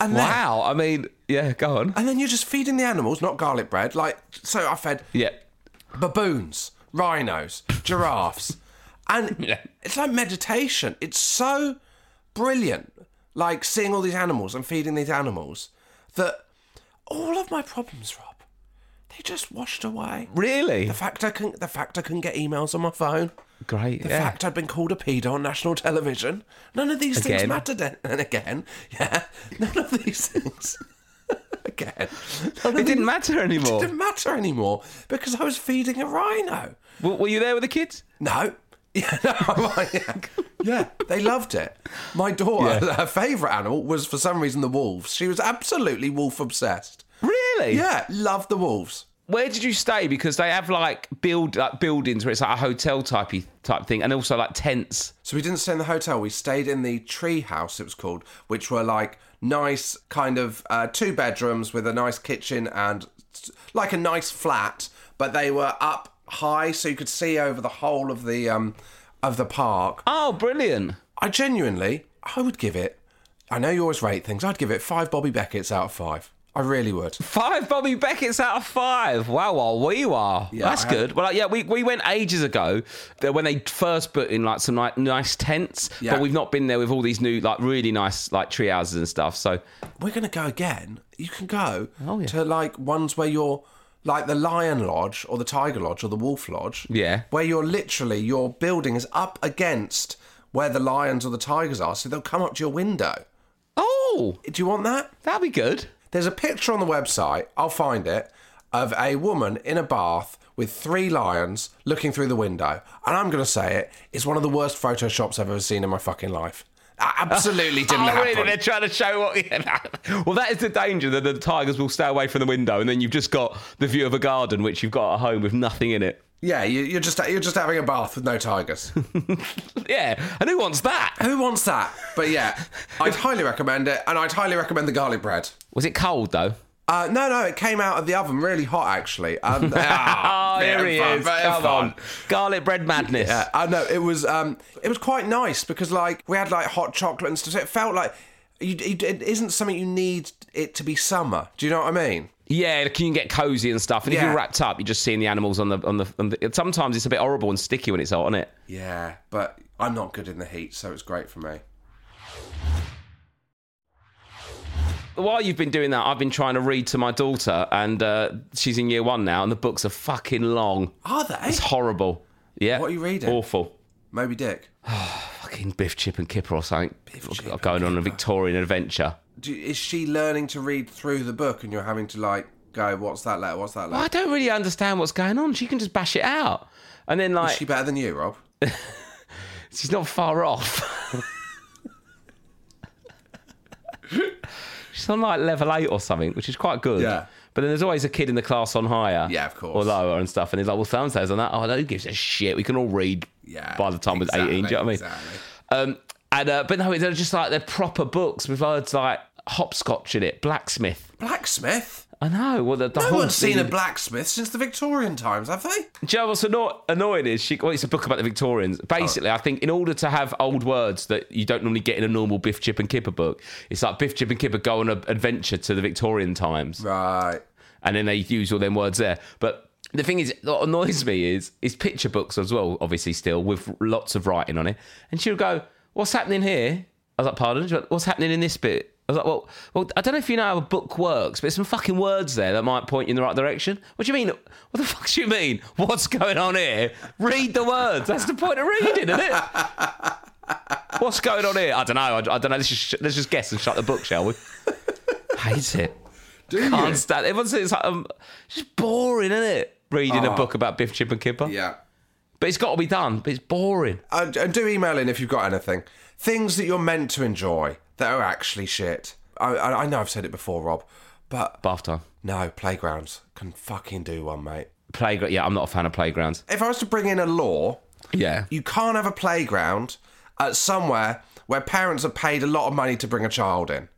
And then, Wow. I mean, yeah, go on. and then you're just feeding the animals, not garlic bread. Like, so I fed Yeah. baboons, rhinos, giraffes, and [LAUGHS] Yeah. it's like meditation. It's so brilliant, like seeing all these animals and feeding these animals that all of my problems, Rob, they just washed away. Really? The fact I couldn't, the fact I couldn't get emails on my phone, Great. the yeah. fact I'd been called a pedo on national television. None of these Again. things mattered. then- [LAUGHS] And again, yeah, none of these things. [LAUGHS] again, none of it didn't these- matter it anymore. didn't matter anymore because I was feeding a rhino. W- were you there with the kids? No. [LAUGHS] Yeah, no, I- yeah. Yeah, they loved it. My daughter, Yeah. her favourite animal was for some reason the wolves. She was absolutely wolf obsessed. Really? Yeah, loved the wolves. Where did you stay? Because they have like build like buildings where it's like a hotel typey type thing, and also like tents. So we didn't stay in the hotel. We stayed in the tree house, it was called, which were like nice kind of uh, two bedrooms with a nice kitchen and s- like a nice flat, but they were up high so you could see over the whole of the um, of the park. Oh, brilliant! I genuinely, I would give it. I know you always rate things. I'd give it five Bobby Beckets out of five. I really would. Five Bobby Beckett's out of five. Wow, wow, we are. Yeah, That's I good. Well, like, yeah, we, we went ages ago that when they first put in like some ni- nice tents, Yeah. but we've not been there with all these new like really nice like tree houses and stuff. So We're gonna go again. You can go Oh, yeah. to like ones where you're like the Lion Lodge or the Tiger Lodge or the Wolf Lodge. Yeah. Where you're literally your building is up against where the lions or the tigers are, so they'll come up to your window. oh, Do you want that? that'd be good. There's a picture on the website, I'll find it, of a woman in a bath with three lions looking through the window. And I'm going to say it, it's one of the worst photoshops I've ever seen in my fucking life. That absolutely didn't [LAUGHS] oh, happen. really? They're trying to show what. [LAUGHS] well, that is the danger that the tigers will stay away from the window, and then you've just got the view of a garden which you've got at home with nothing in it. [LAUGHS] Yeah, you, you're just you're just having a bath with no tigers. Yeah, and who wants that? Who wants that? But yeah, I'd highly recommend it, and I'd highly recommend the garlic bread. Was it cold though? Uh, no, no, it came out of the oven really hot actually. [LAUGHS] Um, ah, Oh, [LAUGHS] bit there of he fun, is. bit of Come fun. on. Garlic bread madness. Yeah, I know it was. Um, it was quite nice because like we had like hot chocolate and stuff. So it felt like you, you, it isn't something you need it to be summer. Do you know what I mean? Yeah, you can get cozy and stuff. And if Yeah. you're wrapped up, you're just seeing the animals on the on the. On the sometimes it's a bit horrible and sticky when it's hot, isn't it? Yeah, but I'm not good in the heat, so it's great for me. While you've been doing that, I've been trying to read to my daughter, and uh, she's in year one now, and the books are fucking long. Are they It's horrible. Yeah. What are you reading? Awful. Moby Dick? Fucking Biff, Chip, and Kipper or something. going on a Victorian adventure. Do, is she learning to read through the book, and you're having to like go, "What's that letter? What's that I letter?" don't really understand what's going on. She can just bash it out, and then like Is she better than you, Rob? She's not far [LAUGHS] off. She's on like level eight or something, which is quite good. Yeah. But then there's always a kid in the class on higher. Yeah, of Or course. lower and stuff. And he's like, well, Sam says on that. Oh, no, who gives a shit? We can all read Yeah. by the time we're 18. Do you know what I mean? Exactly. Um, and, uh, but no, they're just like they're proper books with words like hopscotch in it, blacksmith. Blacksmith? I know. Well, the, the No whole one's seen a thing- blacksmith since the Victorian times, have they? Do you know what's anno- annoying is she? Well, it's a book about the Oh. Victorians. Basically, I think in order to have old words that you don't normally get in a normal Biff, Chip, and Kipper book, it's like Biff, Chip, and Kipper go on an adventure to the Victorian times, Right. and then they use all them words there. But the thing is, what annoys me is is picture books as well, obviously still with lots of writing on it, and she'll go, "What's happening here?" I was like, "Pardon?" She went, "What's happening in this bit?" I was like, well, well, I don't know if you know how a book works, but there's some fucking words there that might point you in the right direction. What do you mean? What the fuck do you mean? What's going on here? Read the words. That's the point of reading, isn't it? What's going on here? I don't know. I, don't know. Let's just, let's just guess and shut the book, shall [LAUGHS] we? Hate it. Can't stand. Everyone says it's like, um, it's just boring, isn't it? Reading a book about Biff, Chip, and Kipper. Oh. Yeah. But it's got to be done. But it's boring. And, and do email in if you've got anything. Things that you're meant to enjoy that are actually shit. I, I, I know I've said it before, Rob, but Bath time. no, playgrounds can fucking do one, mate. Playground. Yeah, I'm not a fan of playgrounds. If I was to bring in a law, Yeah. you can't have a playground at somewhere where parents are paid a lot of money to bring a child in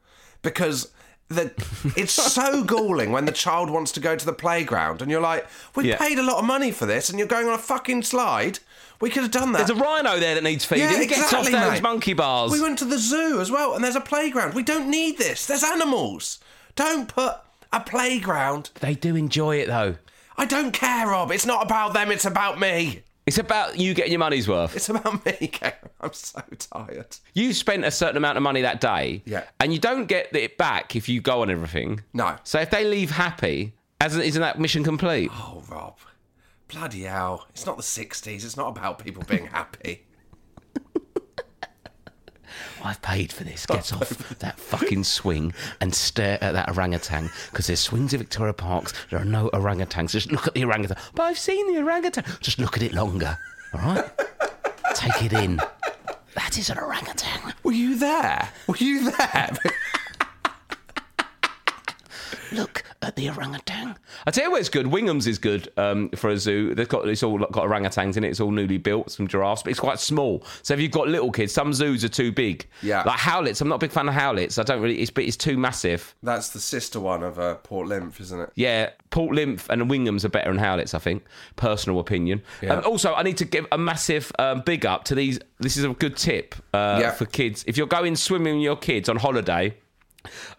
because [LAUGHS] the, it's so galling when the child wants to go to the playground and you're like, we Yeah. paid a lot of money for this and you're going on a fucking slide. We could have done that. There's a rhino there that needs feeding. It Gets off those mate. monkey bars. We went to the zoo as well, and there's a playground. We don't need this. There's animals. Don't put a playground. They do enjoy it though. I don't care, Rob. It's not about them. It's about me. It's about you getting your money's worth. It's about me, [LAUGHS] Karen. I'm so tired. you spent a certain amount of money that day, Yeah. and you don't get it back if you go on everything. No. So if they leave happy, as isn't that mission complete? Oh, Rob. Bloody hell. It's not the 60s. It's not about people being happy. Oh, I've paid for this. Get off that fucking swing and stare at that orangutan because there's swings in Victoria Parks. There are no orangutans. Just look at the orangutan. But I've seen the orangutan. Just look at it longer. All right? Take it in. That is an orangutan. Were you there? Were you there? Look at the orangutan. I tell you where it's good. Wingham's is good um, for a zoo. They've got it's all got orangutans in it. It's all newly built, some giraffes, but it's quite small. So if you've got little kids, some zoos are too big. Yeah. like Howlett's. I'm not a big fan of Howlett's. I don't really. It's but it's too massive. That's the sister one of uh, Port Lymph, isn't it? Yeah, Port Lymph and Wingham's are better than Howlett's, I think. Personal opinion. Um, also, I need to give a massive um, big up to these. This is a good tip uh, Yeah. for kids. If you're going swimming with your kids on holiday,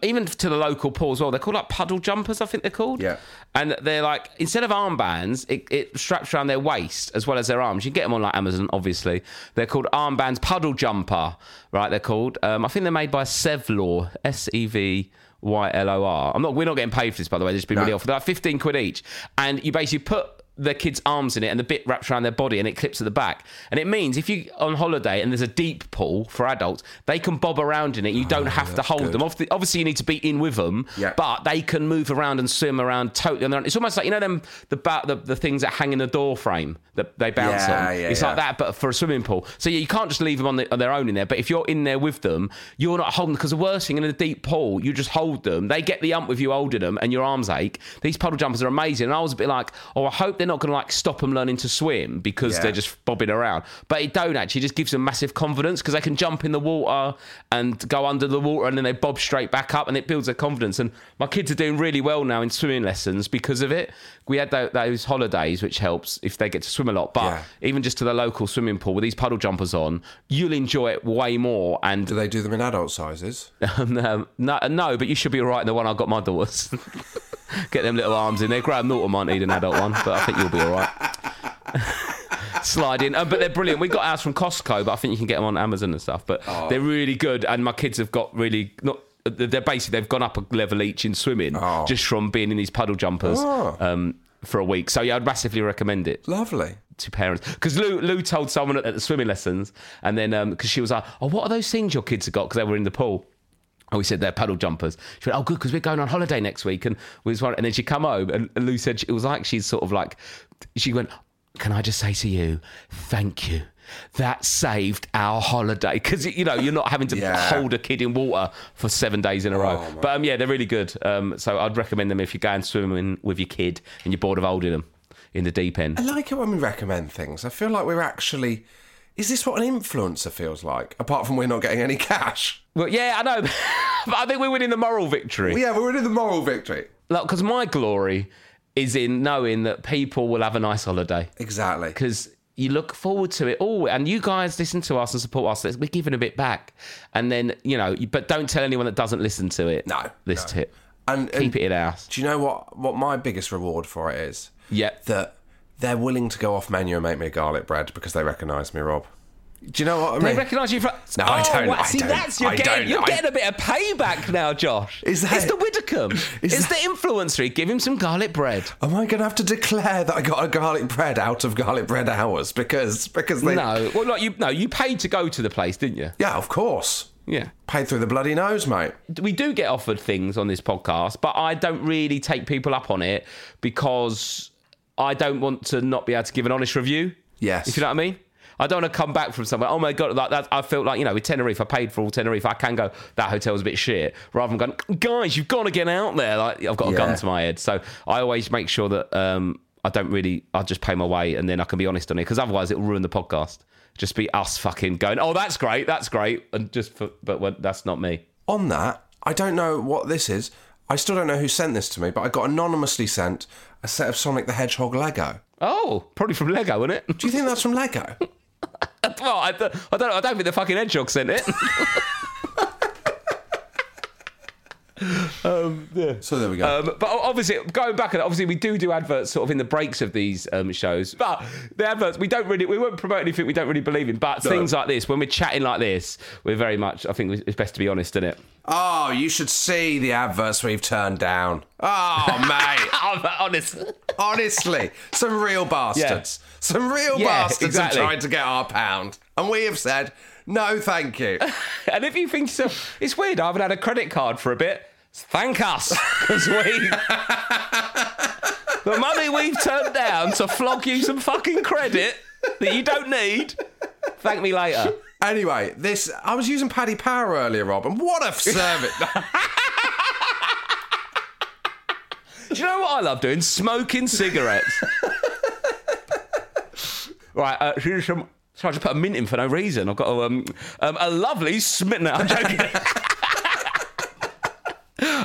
even to the local pool as well, they're called like puddle jumpers, I think they're called. Yeah. And they're like, instead of armbands, it, it straps around their waist as well as their arms. You can get them on like Amazon, obviously. They're called armbands, puddle jumper, right? They're called. Um, I think they're made by Sevlor, S E V Y L O R. I'm not, we're not getting paid for this, by the way. This has been really off. They're like 15 quid each. And you basically put the kid's arms in it and the bit wraps around their body and it clips at the back. And it means if you on holiday and there's a deep pool for adults, they can bob around in it. You don't have to hold them. Obvi- Obviously, you need to be in with them, Yeah. but they can move around and swim around totally on their own. It's almost like you know them the ba- the, the things that hang in the door frame that they bounce Yeah, on. yeah, it's like yeah. that, but for a swimming pool. So yeah, you can't just leave them on, the, on their own in there. But if you're in there with them, you're not holding because the worst thing in a deep pool, you just hold them. They get the ump with you holding them, and your arms ache. These puddle jumpers are amazing. And I was a bit like, oh, I hope they're not going to like stop them learning to swim because Yeah. they're just bobbing around. But it don't actually. It just gives them massive confidence because they can jump in the water and go under the water, and then they bob straight back up, and it builds their confidence. And my kids are doing really well now in swimming lessons because of it. We had tho- those holidays, which helps if they get to swim a lot. But Yeah. even just to the local swimming pool with these puddle jumpers on, you'll enjoy it way more. Do And they do them in adult sizes? [LAUGHS] um, no, no, but you should be all right in the one I got my daughters. [LAUGHS] Get them little arms in there. Graham Norton might need an adult one, but I think you'll be all right. [LAUGHS] Slide in, Uh, but they're brilliant. We got ours from Costco, but I think you can get them on Amazon and stuff. But Oh. they're really good, and my kids have got really not. They're basically they've gone up a level each in swimming Oh. just from being in these puddle jumpers Oh. um, for a week. So yeah, I'd massively recommend it Lovely. to parents because Lou Lou told someone at the swimming lessons, and then because she was like, "Oh, what are those things your kids have got?" Because they were in the pool. And we said they're paddle jumpers. She went, "Oh, good, because we're going on holiday next week." And we was wondering- and then she come home, and Lou said she, it was like she's sort of like she went, "Can I just say to you, thank you." That saved our holiday because you know you're not having to Yeah. hold a kid in water for seven days in a row. but um, yeah, they're really good. Um, so I'd recommend them if you're going swimming with your kid and you're bored of holding them in the deep end. I like it when we recommend things. I feel like we're actually. Is this what an influencer feels like? Apart from we're not getting any cash. Well, yeah, I know, [LAUGHS] but I think we're winning the moral victory. Yeah, we're in the moral victory. Because my glory is in knowing that people will have a nice holiday. Exactly. Because you look forward to it all, and you guys listen to us and support us. We're giving a bit back, and then you know, you- but don't tell anyone that doesn't listen to it. No, this no. tip. And, Keep it in house. Do you know what? What my biggest reward for it is Yep. that they're willing to go off menu and make me a garlic bread because they recognise me, Rob. Do you know what I mean? They recognise you from. No, I Oh, don't, wow, I see, don't, that's you're I getting don't, you're I- getting a bit of payback now, Josh. Is that- it's the Widdicombe? Is it's that- the influencer. Give him some garlic bread. Am I going to have to declare that I got a garlic bread out of garlic bread hours because because they? No, well, like you. No, you paid to go to the place, didn't you? Yeah, of course. Yeah. Paid through the bloody nose, mate. we do get offered things on this podcast, but I don't really take people up on it because I don't want to not be able to give an honest review. Yes. If you know what I mean? I don't want to come back from somewhere. Oh my god, like that! I felt like you know, with Tenerife, I paid for all Tenerife. I can go. That hotel's a bit shit. Rather than going, guys, you've got to get out there. Like I've got a gun Yeah. to my head, so I always make sure that um, I don't really. I just pay my way, and then I can be honest on it because otherwise it'll ruin the podcast. Just be us fucking going. Oh, that's great, that's great, and just for, but when, that's not me. On that, I don't know what this is. I still don't know who sent this to me, but I got anonymously sent a set of Sonic the Hedgehog Lego. Oh, probably from Lego, wasn't it? [LAUGHS] Do you think that's from Lego? [LAUGHS] well, I, th- I don't. I don't think the fucking hedgehog sent it. [LAUGHS] so there we go. Um, but o- obviously, going back, and obviously, we do do adverts sort of in the breaks of these um, shows. But the adverts, we don't really, we won't promote anything we don't really believe in. But things like this, when we're chatting like this, we're very much. I think it's best to be honest, isn't it? oh, you should see the adverts we've turned down. [LAUGHS] Oh, mate. [LAUGHS] I'm honest. Honestly, some real bastards. Some real Yeah, bastards exactly. have tried to get our pound. And we have said, no, [LAUGHS] thank you. And if you think so, it's weird. I haven't had a credit card for a bit. Thank us [LAUGHS] because we. The money we've turned down to flog you some fucking credit that you don't need. Thank me later. anyway, this I was using Paddy Power earlier, Rob, and what a [LAUGHS] service. Do you know what I love doing? Smoking cigarettes. right, uh, here's some. Sorry, I just put a mint in for no reason. I've got a, um, um, a lovely smitten. I'm joking. [LAUGHS]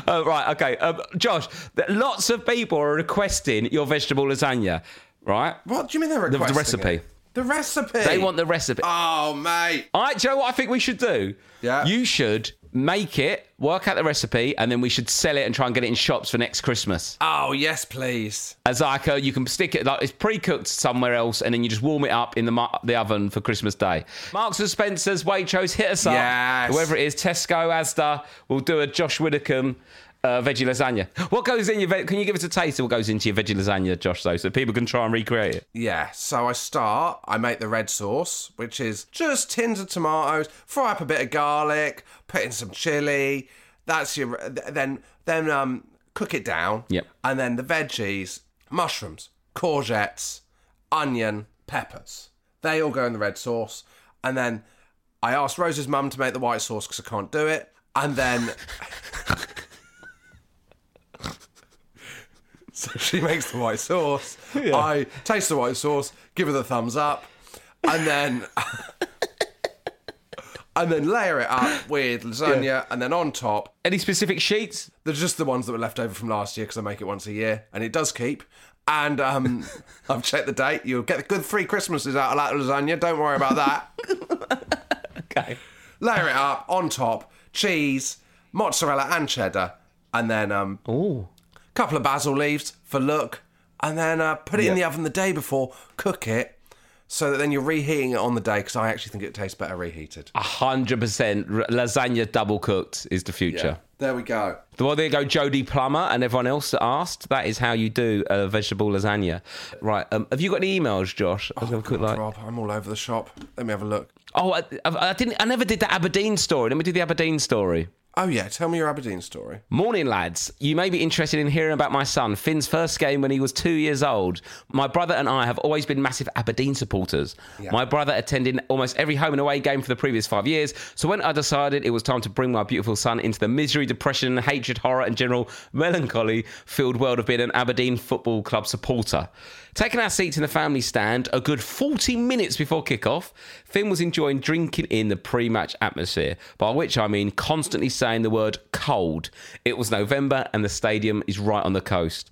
Uh, right, okay. Um, Josh, th- lots of people are requesting your vegetable lasagna, right? what do you mean they're requesting recipe. it? The recipe. They want the recipe. Oh, mate. I, do you know what I think we should do? Yeah. You should make it, work out the recipe, and then we should sell it and try and get it in shops for next Christmas. Oh, yes, please. as like a, you can stick it like it's pre-cooked somewhere else and then you just warm it up in the mu- the oven for Christmas Day. Marks and Spencers, Waitrose, hit us Yes. up. Whoever it is, Tesco, Asda, we'll do a Josh Widdicombe uh, veggie lasagna. What goes in your? Ve- can you give us a taste of what goes into your veggie lasagna, Josh? Though, so people can try and recreate it. Yeah, so I start, I make the red sauce, which is just tins of tomatoes, fry up a bit of garlic, put in some chili. That's your th- then then um cook it down. Yep. And then the veggies, mushrooms, courgettes, onion, peppers. They all go in the red sauce. And then I asked Rose's mum to make the white sauce because I can't do it. And then [LAUGHS] So she makes the white sauce. I taste the white sauce, give her the thumbs up, and then and then layer it up with lasagna, and then on top, Any specific sheets? they're just the ones that were left over from last year because I make it once a year, and it does keep. [LAUGHS] And um, I've checked the date. You'll get the good three Christmases out of that lasagna. Don't worry about that. [LAUGHS] Okay. layer it up on top, cheese, mozzarella and cheddar, and then um, Ooh. couple of basil leaves for look, and then uh, put it in the oven the day before, cook it, so that then you're reheating it on the day because I actually think it tastes better reheated. A hundred percent r- lasagna double cooked is the future. There we go. Well, there you go, Jody Plummer and everyone else that asked. That is how you do a vegetable lasagna. Right. Um, have you got any emails, Josh? I was gonna quick, like- Oh, Rob, I'm all over the shop. Let me have a look. Oh, I, I I didn't. I never did the Aberdeen story. Let me do the Aberdeen story. Oh yeah, tell me your Aberdeen story. Morning, lads. You may be interested in hearing about my son, Finn's first game when he was two years old. My brother and I have always been massive Aberdeen supporters. My brother attended almost every home and away game for the previous five years. So when I decided it was time to bring my beautiful son into the misery, depression, hatred, horror, and general melancholy filled world of being an Aberdeen Football Club supporter. Taking our seats in the family stand a good 40 minutes before kickoff, Finn was enjoying drinking in the pre match atmosphere, by which I mean constantly saying the word cold. It was November and the stadium is right on the coast.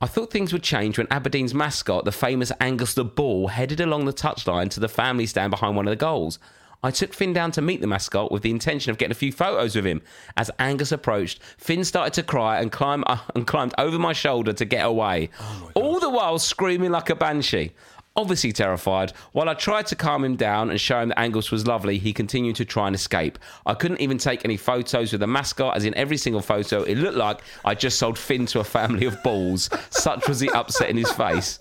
I thought things would change when Aberdeen's mascot, the famous Angus the Bull, headed along the touchline to the family stand behind one of the goals. I took Finn down to meet the mascot with the intention of getting a few photos with him. As Angus approached, Finn started to cry and climb and climbed [LAUGHS] over my shoulder to get away, all the while screaming like a banshee. Obviously terrified, while I tried to calm him down and show him that Angus was lovely, he continued to try and escape. I couldn't even take any photos with the mascot, as in every single photo, it looked like I just sold Finn to a family of balls. Such was the upset in his face.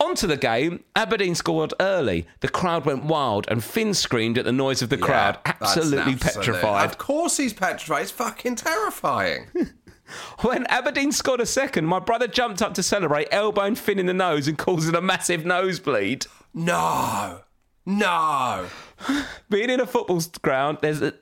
Onto the game, Aberdeen scored early. The crowd went wild, and Finn screamed at the noise of the crowd, Yeah, that's absolutely absolute- petrified. Of course he's petrified. It's fucking terrifying. When Aberdeen scored a second, my brother jumped up to celebrate, elbowing Finn in the nose and causing a massive nosebleed. no. No. Being in a football ground, there's [LAUGHS]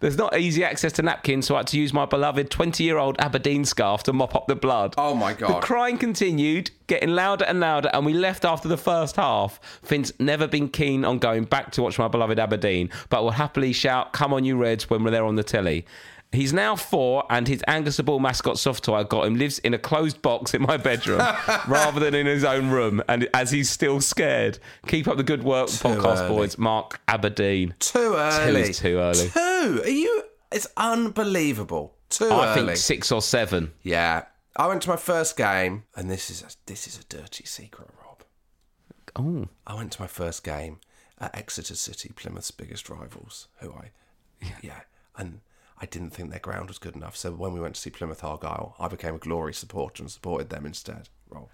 there's not easy access to napkins, so I had to use my beloved 20 year old Aberdeen scarf to mop up the blood. Oh my The god. crying continued, getting louder and louder, and we left after the first half. Finn's never been keen on going back to watch my beloved Aberdeen, but will happily shout, Come on, you Reds, when we're there on the telly. He's now four, and his Angus the Bull mascot soft toy I got him lives in a closed box in my [LAUGHS] bedroom rather than in his own room. And as he's still scared, keep up the good work, podcast early. boys. Mark Aberdeen. Too early. is too early. Two. Are you? It's unbelievable. Too I early. think six or seven. Yeah. I went to my first game, and this is a, this is a dirty secret, Rob. Oh, I went to my first game at Exeter City, Plymouth's biggest rivals, who I, yeah. and I didn't think their ground was good enough. So when we went to see Plymouth Argyle, I became a Glory supporter and supported them instead. [GASPS] Rob.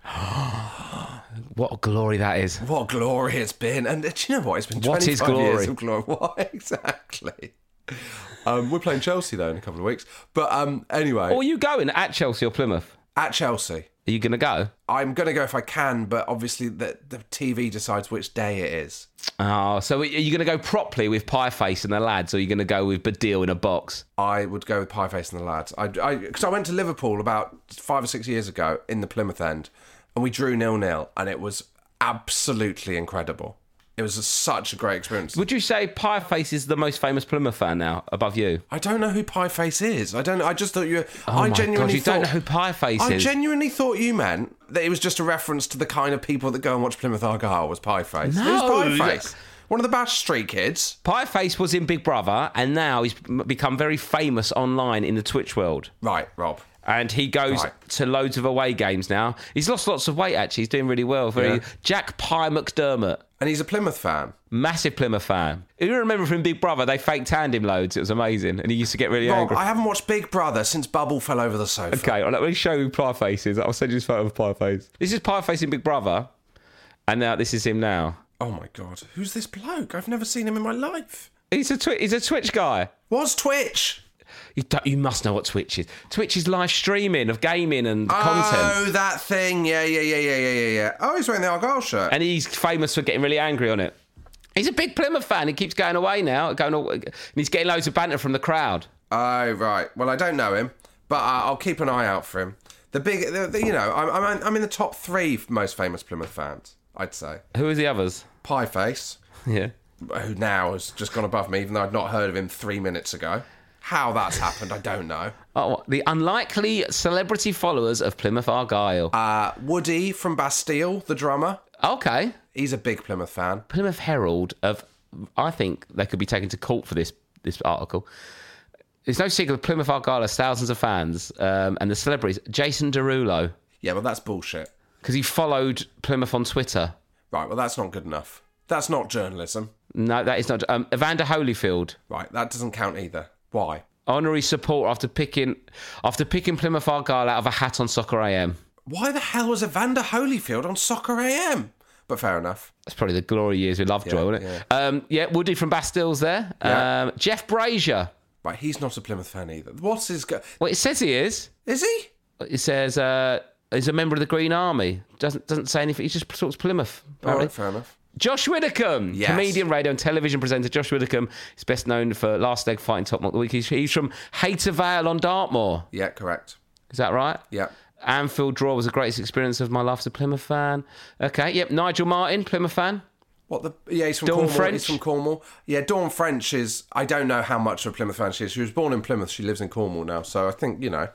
what a glory that is. What glory it's been, and uh, do you know what? It's been What 25 is glory? years of glory. [LAUGHS] What exactly? Um, we're playing Chelsea though in a couple of weeks, but um, anyway, Or are you going at Chelsea or Plymouth? at Chelsea. Are you going to go? I'm going to go if I can, but obviously the, the TV decides which day it is. Oh, so are you going to go properly with Pie Face and the lads, or are you going to go with Badil in a box? I would go with Pieface and the lads. I because I, went to Liverpool about five or six years ago in the Plymouth end, and we drew nil nil, and it was absolutely incredible. It was such a great experience. Would you say Pie Face is the most famous Plymouth fan now, above you? I don't know who Pieface is. I don't. know. I just thought you. Oh I my genuinely God, you thought, don't know who Pieface I is. genuinely thought you meant that it was just a reference to the kind of people that go and watch Plymouth Argyle was Pieface. it was No. Pieface, one of the Bash Street kids. Pie Face was in Big Brother, and now he's become very famous online in the Twitch world. Right, Rob. And he goes Right. to loads of away games now. He's lost lots of weight, actually. He's doing really well. Very Yeah. Jack Pie McDermott, And he's a Plymouth fan. massive Plymouth fan. You remember from Big Brother, they faked hand him loads. It was amazing. And he used to get really Rob, angry. I haven't watched Big Brother since Bubble fell over the sofa. Okay, well, let me show you Pie Faces. I'll send you this photo of Pie Face. This is Pie Face in Big Brother, and now this is him now. Oh my god, who's this bloke? I've never seen him in my life. He's a twi- he's a Twitch guy. What's Twitch? You, don't, you must know what Twitch is. Twitch is live streaming of gaming and content, Oh, that thing. Yeah, yeah, yeah, yeah, yeah, yeah, yeah. Oh, he's wearing the Argyle shirt. and he's famous for getting really angry on it. He's a big Plymouth fan. He keeps going away now, going aw- and he's getting loads of banter from the crowd. Oh right. Well, I don't know him, but uh, I'll keep an eye out for him. The big, the, the- you know, I'm, I'm I'm in the top three most famous Plymouth fans. I'd say Who are the others? [LAUGHS] Pieface, Yeah. who now has just gone above me, even though I'd not heard of him three minutes ago. How that's happened, I don't know. Oh, the unlikely celebrity followers of Plymouth Argyle. Uh, Woody from Bastille, the drummer, okay. he's a big Plymouth fan. Plymouth Herald of, I think they could be taken to court for this this article. There's no secret that Plymouth Argyle has thousands of fans um, and the celebrities. Jason Derulo Yeah, well that's bullshit. because he followed Plymouth on Twitter. Right, well that's not good enough. That's not journalism. No, that is not. Um, Evander Holyfield, Right, that doesn't count either. Why? honorary support after picking after picking Plymouth Argyle out of a hat on Soccer AM. Why the hell was Evander Holyfield on Soccer AM? But fair enough. That's probably the glory years with Lovejoy, Yeah, wasn't it? Yeah. Um, yeah, Woody from Bastille's there. Yeah. Um, Jeff Brazier. Right, he's not a Plymouth fan either. What is go- Well, it says he is. is he? It says uh, he's a member of the Green Army. Doesn't doesn't say anything. He just talks Plymouth. All apparently. right, fair enough. Josh Widdicombe, Oh, Yes. comedian, radio, and television presenter. Josh Widdicombe is best known for Last Leg Fighting Top Mock of the Week. He's, he's from Hayter Vale on Dartmoor. Yeah, correct. Is that right? Yeah, Anfield draw was the greatest experience of my life as a Plymouth fan. Okay, yep. Nigel Martin, Plymouth fan. what the? Yeah, he's from Dawn Cornwall. French? He's from Cornwall. Yeah, Dawn French is. I don't know how much of a Plymouth fan she is. She was born in Plymouth. She lives in Cornwall now, so I think you know,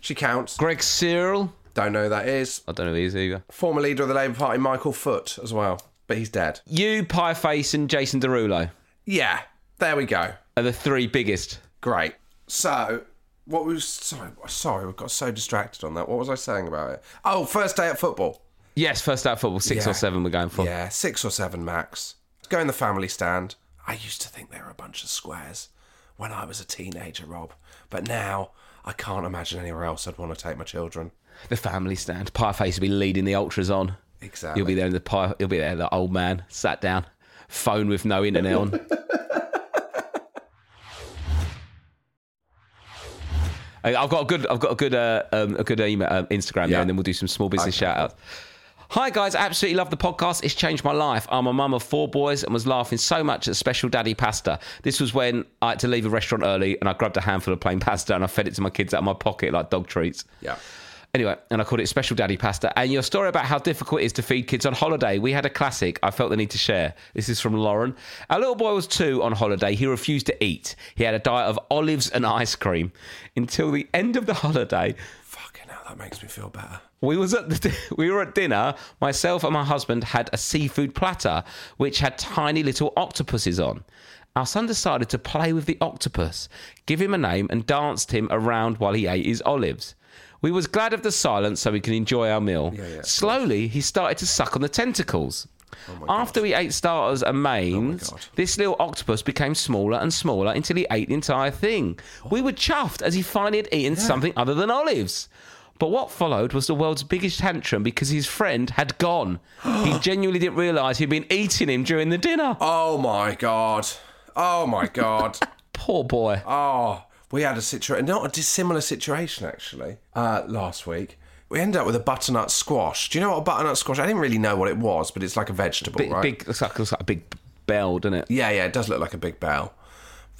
she counts. Greg Cyril. Don't know who that is. I don't know who he is either. Former leader of the Labour Party, Michael Foot, as well, but he's dead. You, Pieface, and Jason Derulo Yeah, there we go. are the three biggest. Great. So, what was sorry? Sorry, we got so distracted on that. What was I saying about it? Oh, first day at football. Yes, first out football, six Yeah. or seven we're going for. Yeah, six or seven max. Go in the family stand. I used to think they were a bunch of squares when I was a teenager, Rob. But now I can't imagine anywhere else I'd want to take my children. The family stand. Pieface will be leading the ultras on. Exactly. You'll be there in the pie. You'll be there, the old man sat down, phone with no internet [LAUGHS] on. Hey, I've got a good, I've got a good, uh, um, a good email, um, Instagram there, Yeah. and then we'll do some small business shout outs. Hi guys, absolutely love the podcast. It's changed my life. I'm a mum of four boys and was laughing so much at special daddy pasta. This was when I had to leave a restaurant early and I grabbed a handful of plain pasta and I fed it to my kids out of my pocket like dog treats. Yeah. Anyway, and I called it Special Daddy Pasta. And your story about how difficult it is to feed kids on holiday, we had a classic I felt the need to share. This is from Lauren. Our little boy was two on holiday. He refused to eat. He had a diet of olives and ice cream until the end of the holiday. Fucking hell, that makes me feel better. We was at the, [LAUGHS] we were at dinner. Myself and my husband had a seafood platter which had tiny little octopuses on. Our son decided to play with the octopus, give him a name, and danced him around while he ate his olives. We was glad of the silence so we could enjoy our meal. yeah. Slowly, he started to suck on the tentacles. Oh After we ate starters and mains, God. this little octopus became smaller and smaller until he ate the entire thing. We were chuffed as he finally had eaten something other than olives. But what followed was the world's biggest tantrum because his friend had gone. [GASPS] he genuinely didn't realise he'd been eating him during the dinner. Oh my god. Oh my god. Poor boy. Oh, we had a situation, not a dissimilar situation actually, uh, last week. We ended up with a butternut squash. Do you know what a butternut squash? I didn't really know what it was, but it's like a vegetable, big, right? big, looks like, looks like a big bell, doesn't it? Yeah, yeah, it does look like a big bell.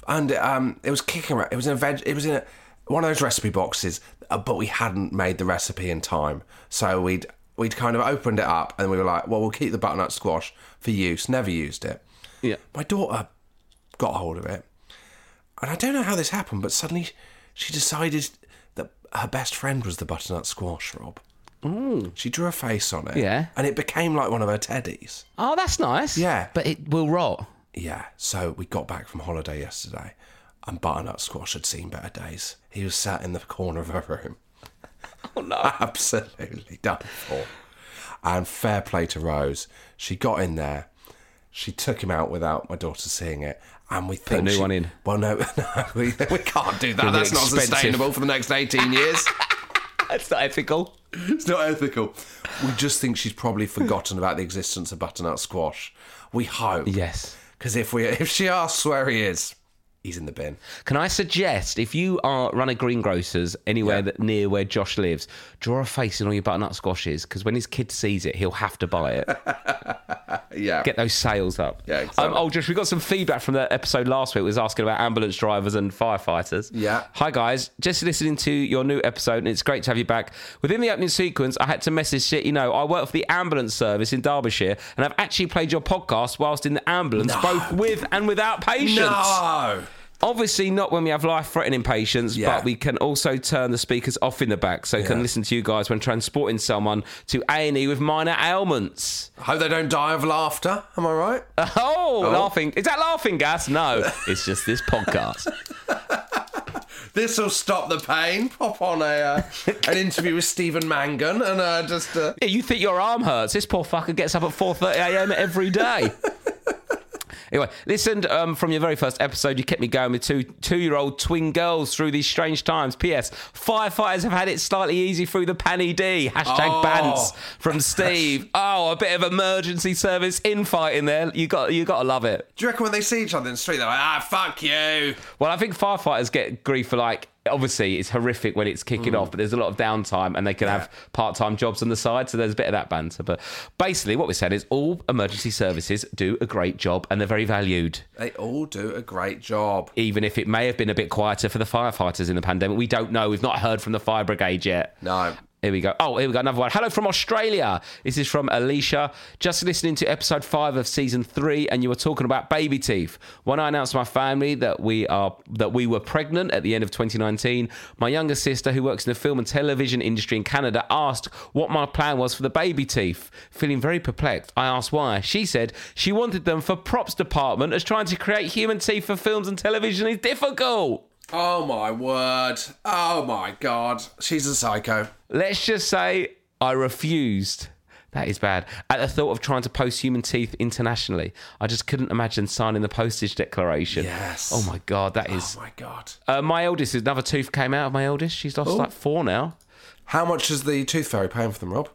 And um, it was kicking around. It was in a veg. It was in a, one of those recipe boxes, uh, but we hadn't made the recipe in time, so we'd we'd kind of opened it up, and we were like, "Well, we'll keep the butternut squash for use." Never used it. Yeah. My daughter got hold of it, and I don't know how this happened, but suddenly she decided that her best friend was the butternut squash. Rob. She drew a face on it. Mm. Yeah. And it became like one of her teddies. Oh, that's nice. Yeah. But it will rot. Yeah, so we got back from holiday yesterday, and Butternut Squash had seen better days. He was sat in the corner of her [LAUGHS] room. Oh no. [LAUGHS] Absolutely done for. And fair play to Rose. She got in there, she took him out without my daughter seeing it, and we think a new she- one in. Well, no, [LAUGHS] no, we, we can't do that. It'll be That's not expensive. sustainable for the next eighteen [LAUGHS] years. That's not ethical. It's not ethical. We just think she's probably forgotten about the existence of butternut squash. We hope. Yes. Because if we if she asks where he is, he's in the bin. Can I suggest if you are running greengrocers anywhere Yeah. that near where Josh lives, draw a face in all your butternut squashes because when his kid sees it, he'll have to buy it. [LAUGHS] Yeah. Get those sales up. Yeah, exactly. Um, oh, Josh, we got some feedback from that episode last week. It was asking about ambulance drivers and firefighters. Yeah. Hi guys, just listening to your new episode, and it's great to have you back. Within the opening sequence, I had to message shit. You know, I work for the ambulance service in Derbyshire, and I've actually played your podcast whilst in the ambulance, both with and without patients. no. Obviously, not when we have life threatening patients, Yeah. but we can also turn the speakers off in the back so you can Yeah. listen to you guys when transporting someone to A&E with minor ailments. [LAUGHS] Hope they don't die of laughter. Am I right? Oh, laughing. Is that laughing gas? [LAUGHS] No, it's just this podcast. this will stop the pain. Pop on a uh, an interview with Stephen Mangan and uh, just. Uh, [LAUGHS] Yeah, you think your arm hurts. This poor fucker gets up at 4.30am every day. Anyway, listened um, from your very first episode. You kept me going with two two-year-old twin girls through these strange times. P.S. Firefighters have had it slightly easy through the Panny D. Hashtag Oh. bants from Steve. oh, a bit of emergency service infighting there. You got you got to love it. do you reckon when they see each other in the street, they're like, ah, fuck you? Well, I think firefighters get grief for like obviously it's horrific when it's kicking off, but there's a lot of downtime and they can have part-time jobs on the side, so there's a bit of that banter. But basically, what we said is all emergency services do a great job and they're very valued. They all do a great job. Even if it may have been a bit quieter for the firefighters in the pandemic, we don't know. We've not heard from the fire brigade yet. No. Here we go. Oh, here we go. Another one. Hello from Australia. This is from Alicia. Just listening to episode five of season three, and you were talking about baby teeth. When I announced to my family that we are that we were pregnant at the end of 2019, my younger sister, who works in the film and television industry in Canada, asked what my plan was for the baby teeth. Feeling very perplexed, I asked why. She said she wanted them for props department, as trying to create human teeth for films and television is difficult. Oh my word. Oh my god. She's a psycho. Let's just say I refused. That is bad. At the thought of trying to post human teeth internationally, I just couldn't imagine signing the postage declaration. Yes. Oh my god, that Oh is. my god. Uh, my eldest, another tooth came out of my eldest. She's lost like four now. How much is the tooth fairy paying for them, Rob?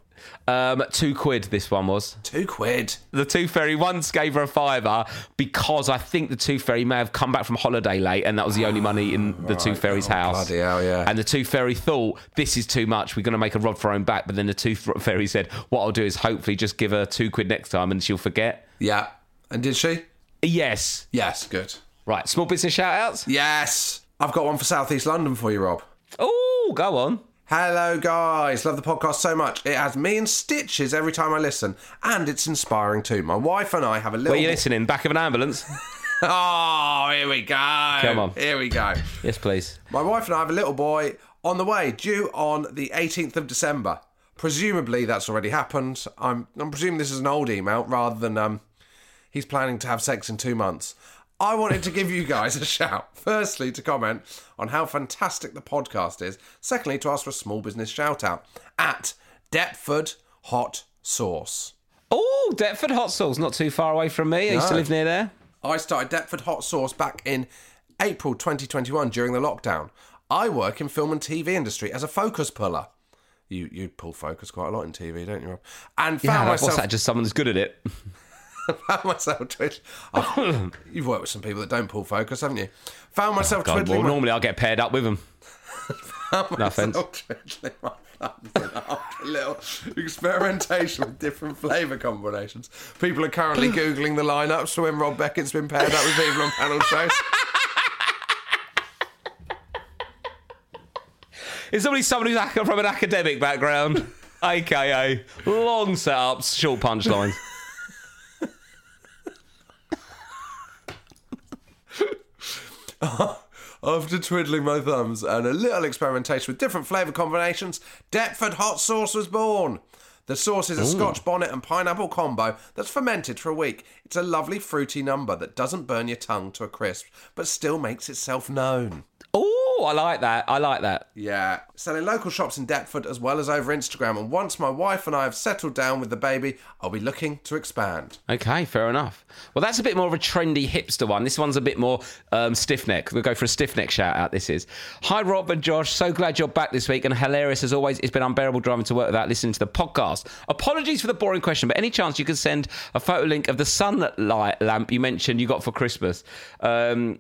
Um, two quid. This one was. Two quid. the tooth fairy once gave her a fiver because I think the tooth fairy may have come back from holiday late and that was the only money in the tooth fairy's house. Oh, bloody hell, yeah. And the tooth fairy thought, this is too much. We're going to make a rod for her own back. But then the tooth fairy said, what I'll do is hopefully just give her two quid next time and she'll forget. Yeah. And did she? Yes. Yes. Good. Right. Small business shout outs. Yes. I've got one for Southeast London for you, Rob. Oh, go on. Hello, guys. Love the podcast so much. It has me in stitches every time I listen, and it's inspiring too. My wife and I have a little. Where are you listening? Back of an ambulance? [LAUGHS] Oh, here we go. Come on. Here we go. [LAUGHS] yes, please. My wife and I have a little boy on the way, due on the 18th of December. Presumably, that's already happened. I'm, I'm presuming this is an old email rather than um, he's planning to have sex in two months. I wanted to give you guys a shout. Firstly, to comment on how fantastic the podcast is. Secondly, to ask for a small business shout out at Deptford Hot Sauce. Oh, Deptford Hot Sauce, not too far away from me. I used to No. live near there. I started Deptford Hot Sauce back in April 2021 during the lockdown. I work in film and TV industry as a focus puller. You you pull focus quite a lot in TV, don't you, Rob? And Yeah, found like, myself what's that? Just someone who's good at it. [LAUGHS] found myself twitch. [COUGHS] I've- You've worked with some people that don't pull focus, haven't you? Found myself Oh, God, well, twiddling. normally I'll get paired up with them. found no myself offence. twiddling my thumbs and after a [LAUGHS] little experimentation with different flavour combinations. People [COUGHS] are currently googling the lineups for when Rob Beckett's been paired up with people on panel shows. Is somebody someone who's ac- from an academic background? AKA long setups, short punchlines. After twiddling my thumbs and a little experimentation with different flavour combinations, Deptford Hot Sauce was born. The sauce is a scotch bonnet and pineapple combo that's fermented for a week. It's a lovely fruity number that doesn't burn your tongue to a crisp, but still makes itself known. oh, I like that. I like that. Yeah. Selling local shops in Deptford as well as over Instagram, and once my wife and I have settled down with the baby, I'll be looking to expand. Okay, fair enough. Well, that's a bit more of a trendy hipster one. This one's a bit more um, stiff neck. We'll go for a stiff neck shout out. This is Hi, Rob and Josh. So glad you're back this week and hilarious as always. It's been unbearable driving to work without listening to the podcast. Apologies for the boring question, but any chance you could send a photo link of the sun light lamp you mentioned you got for Christmas? Um,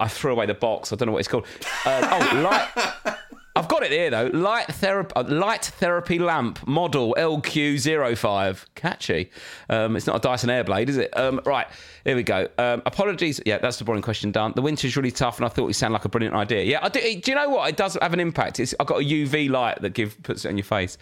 I threw away the box. I don't know what it's called. Uh, oh, light. I've got it here though. Light therapy, light therapy lamp model LQ05. Catchy. Um, it's not a Dyson Airblade, is it? Um, right, here we go. Um, apologies. Yeah, that's the boring question done. The winter's really tough, and I thought you sound like a brilliant idea. Yeah, I do. Do you know what? It does have an impact. It's, I've got a UV light that give puts it on your face,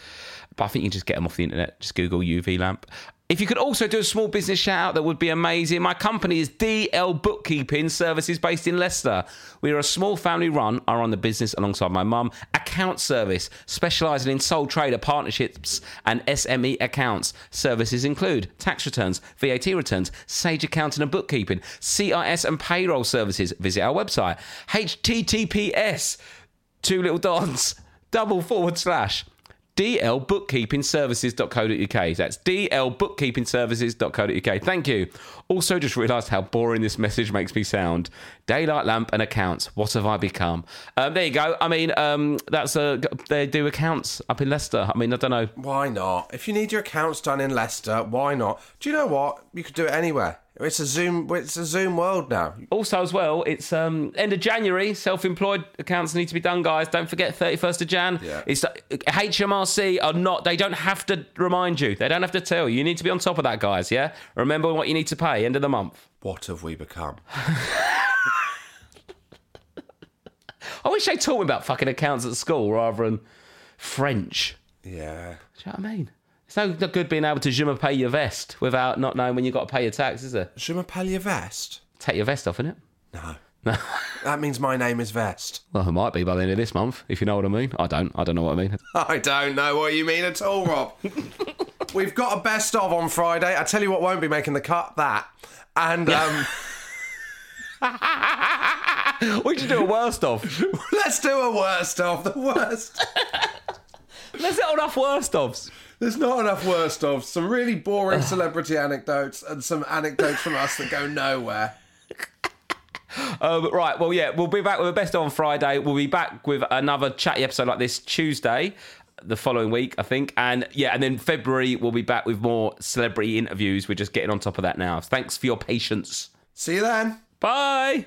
but I think you can just get them off the internet. Just Google UV lamp. If you could also do a small business shout out, that would be amazing. My company is DL Bookkeeping Services based in Leicester. We are a small family run, are on the business alongside my mum. Account service, specialising in sole trader partnerships and SME accounts. Services include tax returns, VAT returns, Sage accounting and bookkeeping, CIS and payroll services. Visit our website, https two little dots, double forward slash dlbookkeepingservices.co.uk. That's dlbookkeepingservices.co.uk. Thank you. Also, just realised how boring this message makes me sound. Daylight lamp and accounts. What have I become? Um, there you go. I mean, um, that's a they do accounts up in Leicester. I mean, I don't know. Why not? If you need your accounts done in Leicester, why not? Do you know what? You could do it anywhere. It's a Zoom. It's a Zoom world now. Also, as well, it's um, end of January. Self-employed accounts need to be done, guys. Don't forget, thirty-first of Jan. Yeah. It's uh, HMRC are not. They don't have to remind you. They don't have to tell you. You need to be on top of that, guys. Yeah. Remember what you need to pay end of the month. What have we become? I wish they taught me about fucking accounts at school rather than French. Yeah. Do you know what I mean? It's no no good being able to je me pay your vest without not knowing when you got to pay your tax, is it? Je m'appelle your vest. Take your vest off, innit? No. No. That means my name is Vest. [LAUGHS] Well, it might be by the end of this month, if you know what I mean. I don't. I don't know what I mean. I don't know what you mean at all, Rob. [LAUGHS] We've got a best of on Friday. I tell you what won't be making the cut that. And um, [LAUGHS] [LAUGHS] we should do a worst [LAUGHS] of. let's do a worst of. The worst. There's not enough worst ofs. There's not enough worst of. Some really boring celebrity anecdotes and some anecdotes from us that go nowhere. Um, right, well, yeah, we'll be back with a best of on Friday. We'll be back with another chatty episode like this Tuesday, the following week, I think. And yeah, and then February, we'll be back with more celebrity interviews. We're just getting on top of that now. Thanks for your patience. See you then. Bye.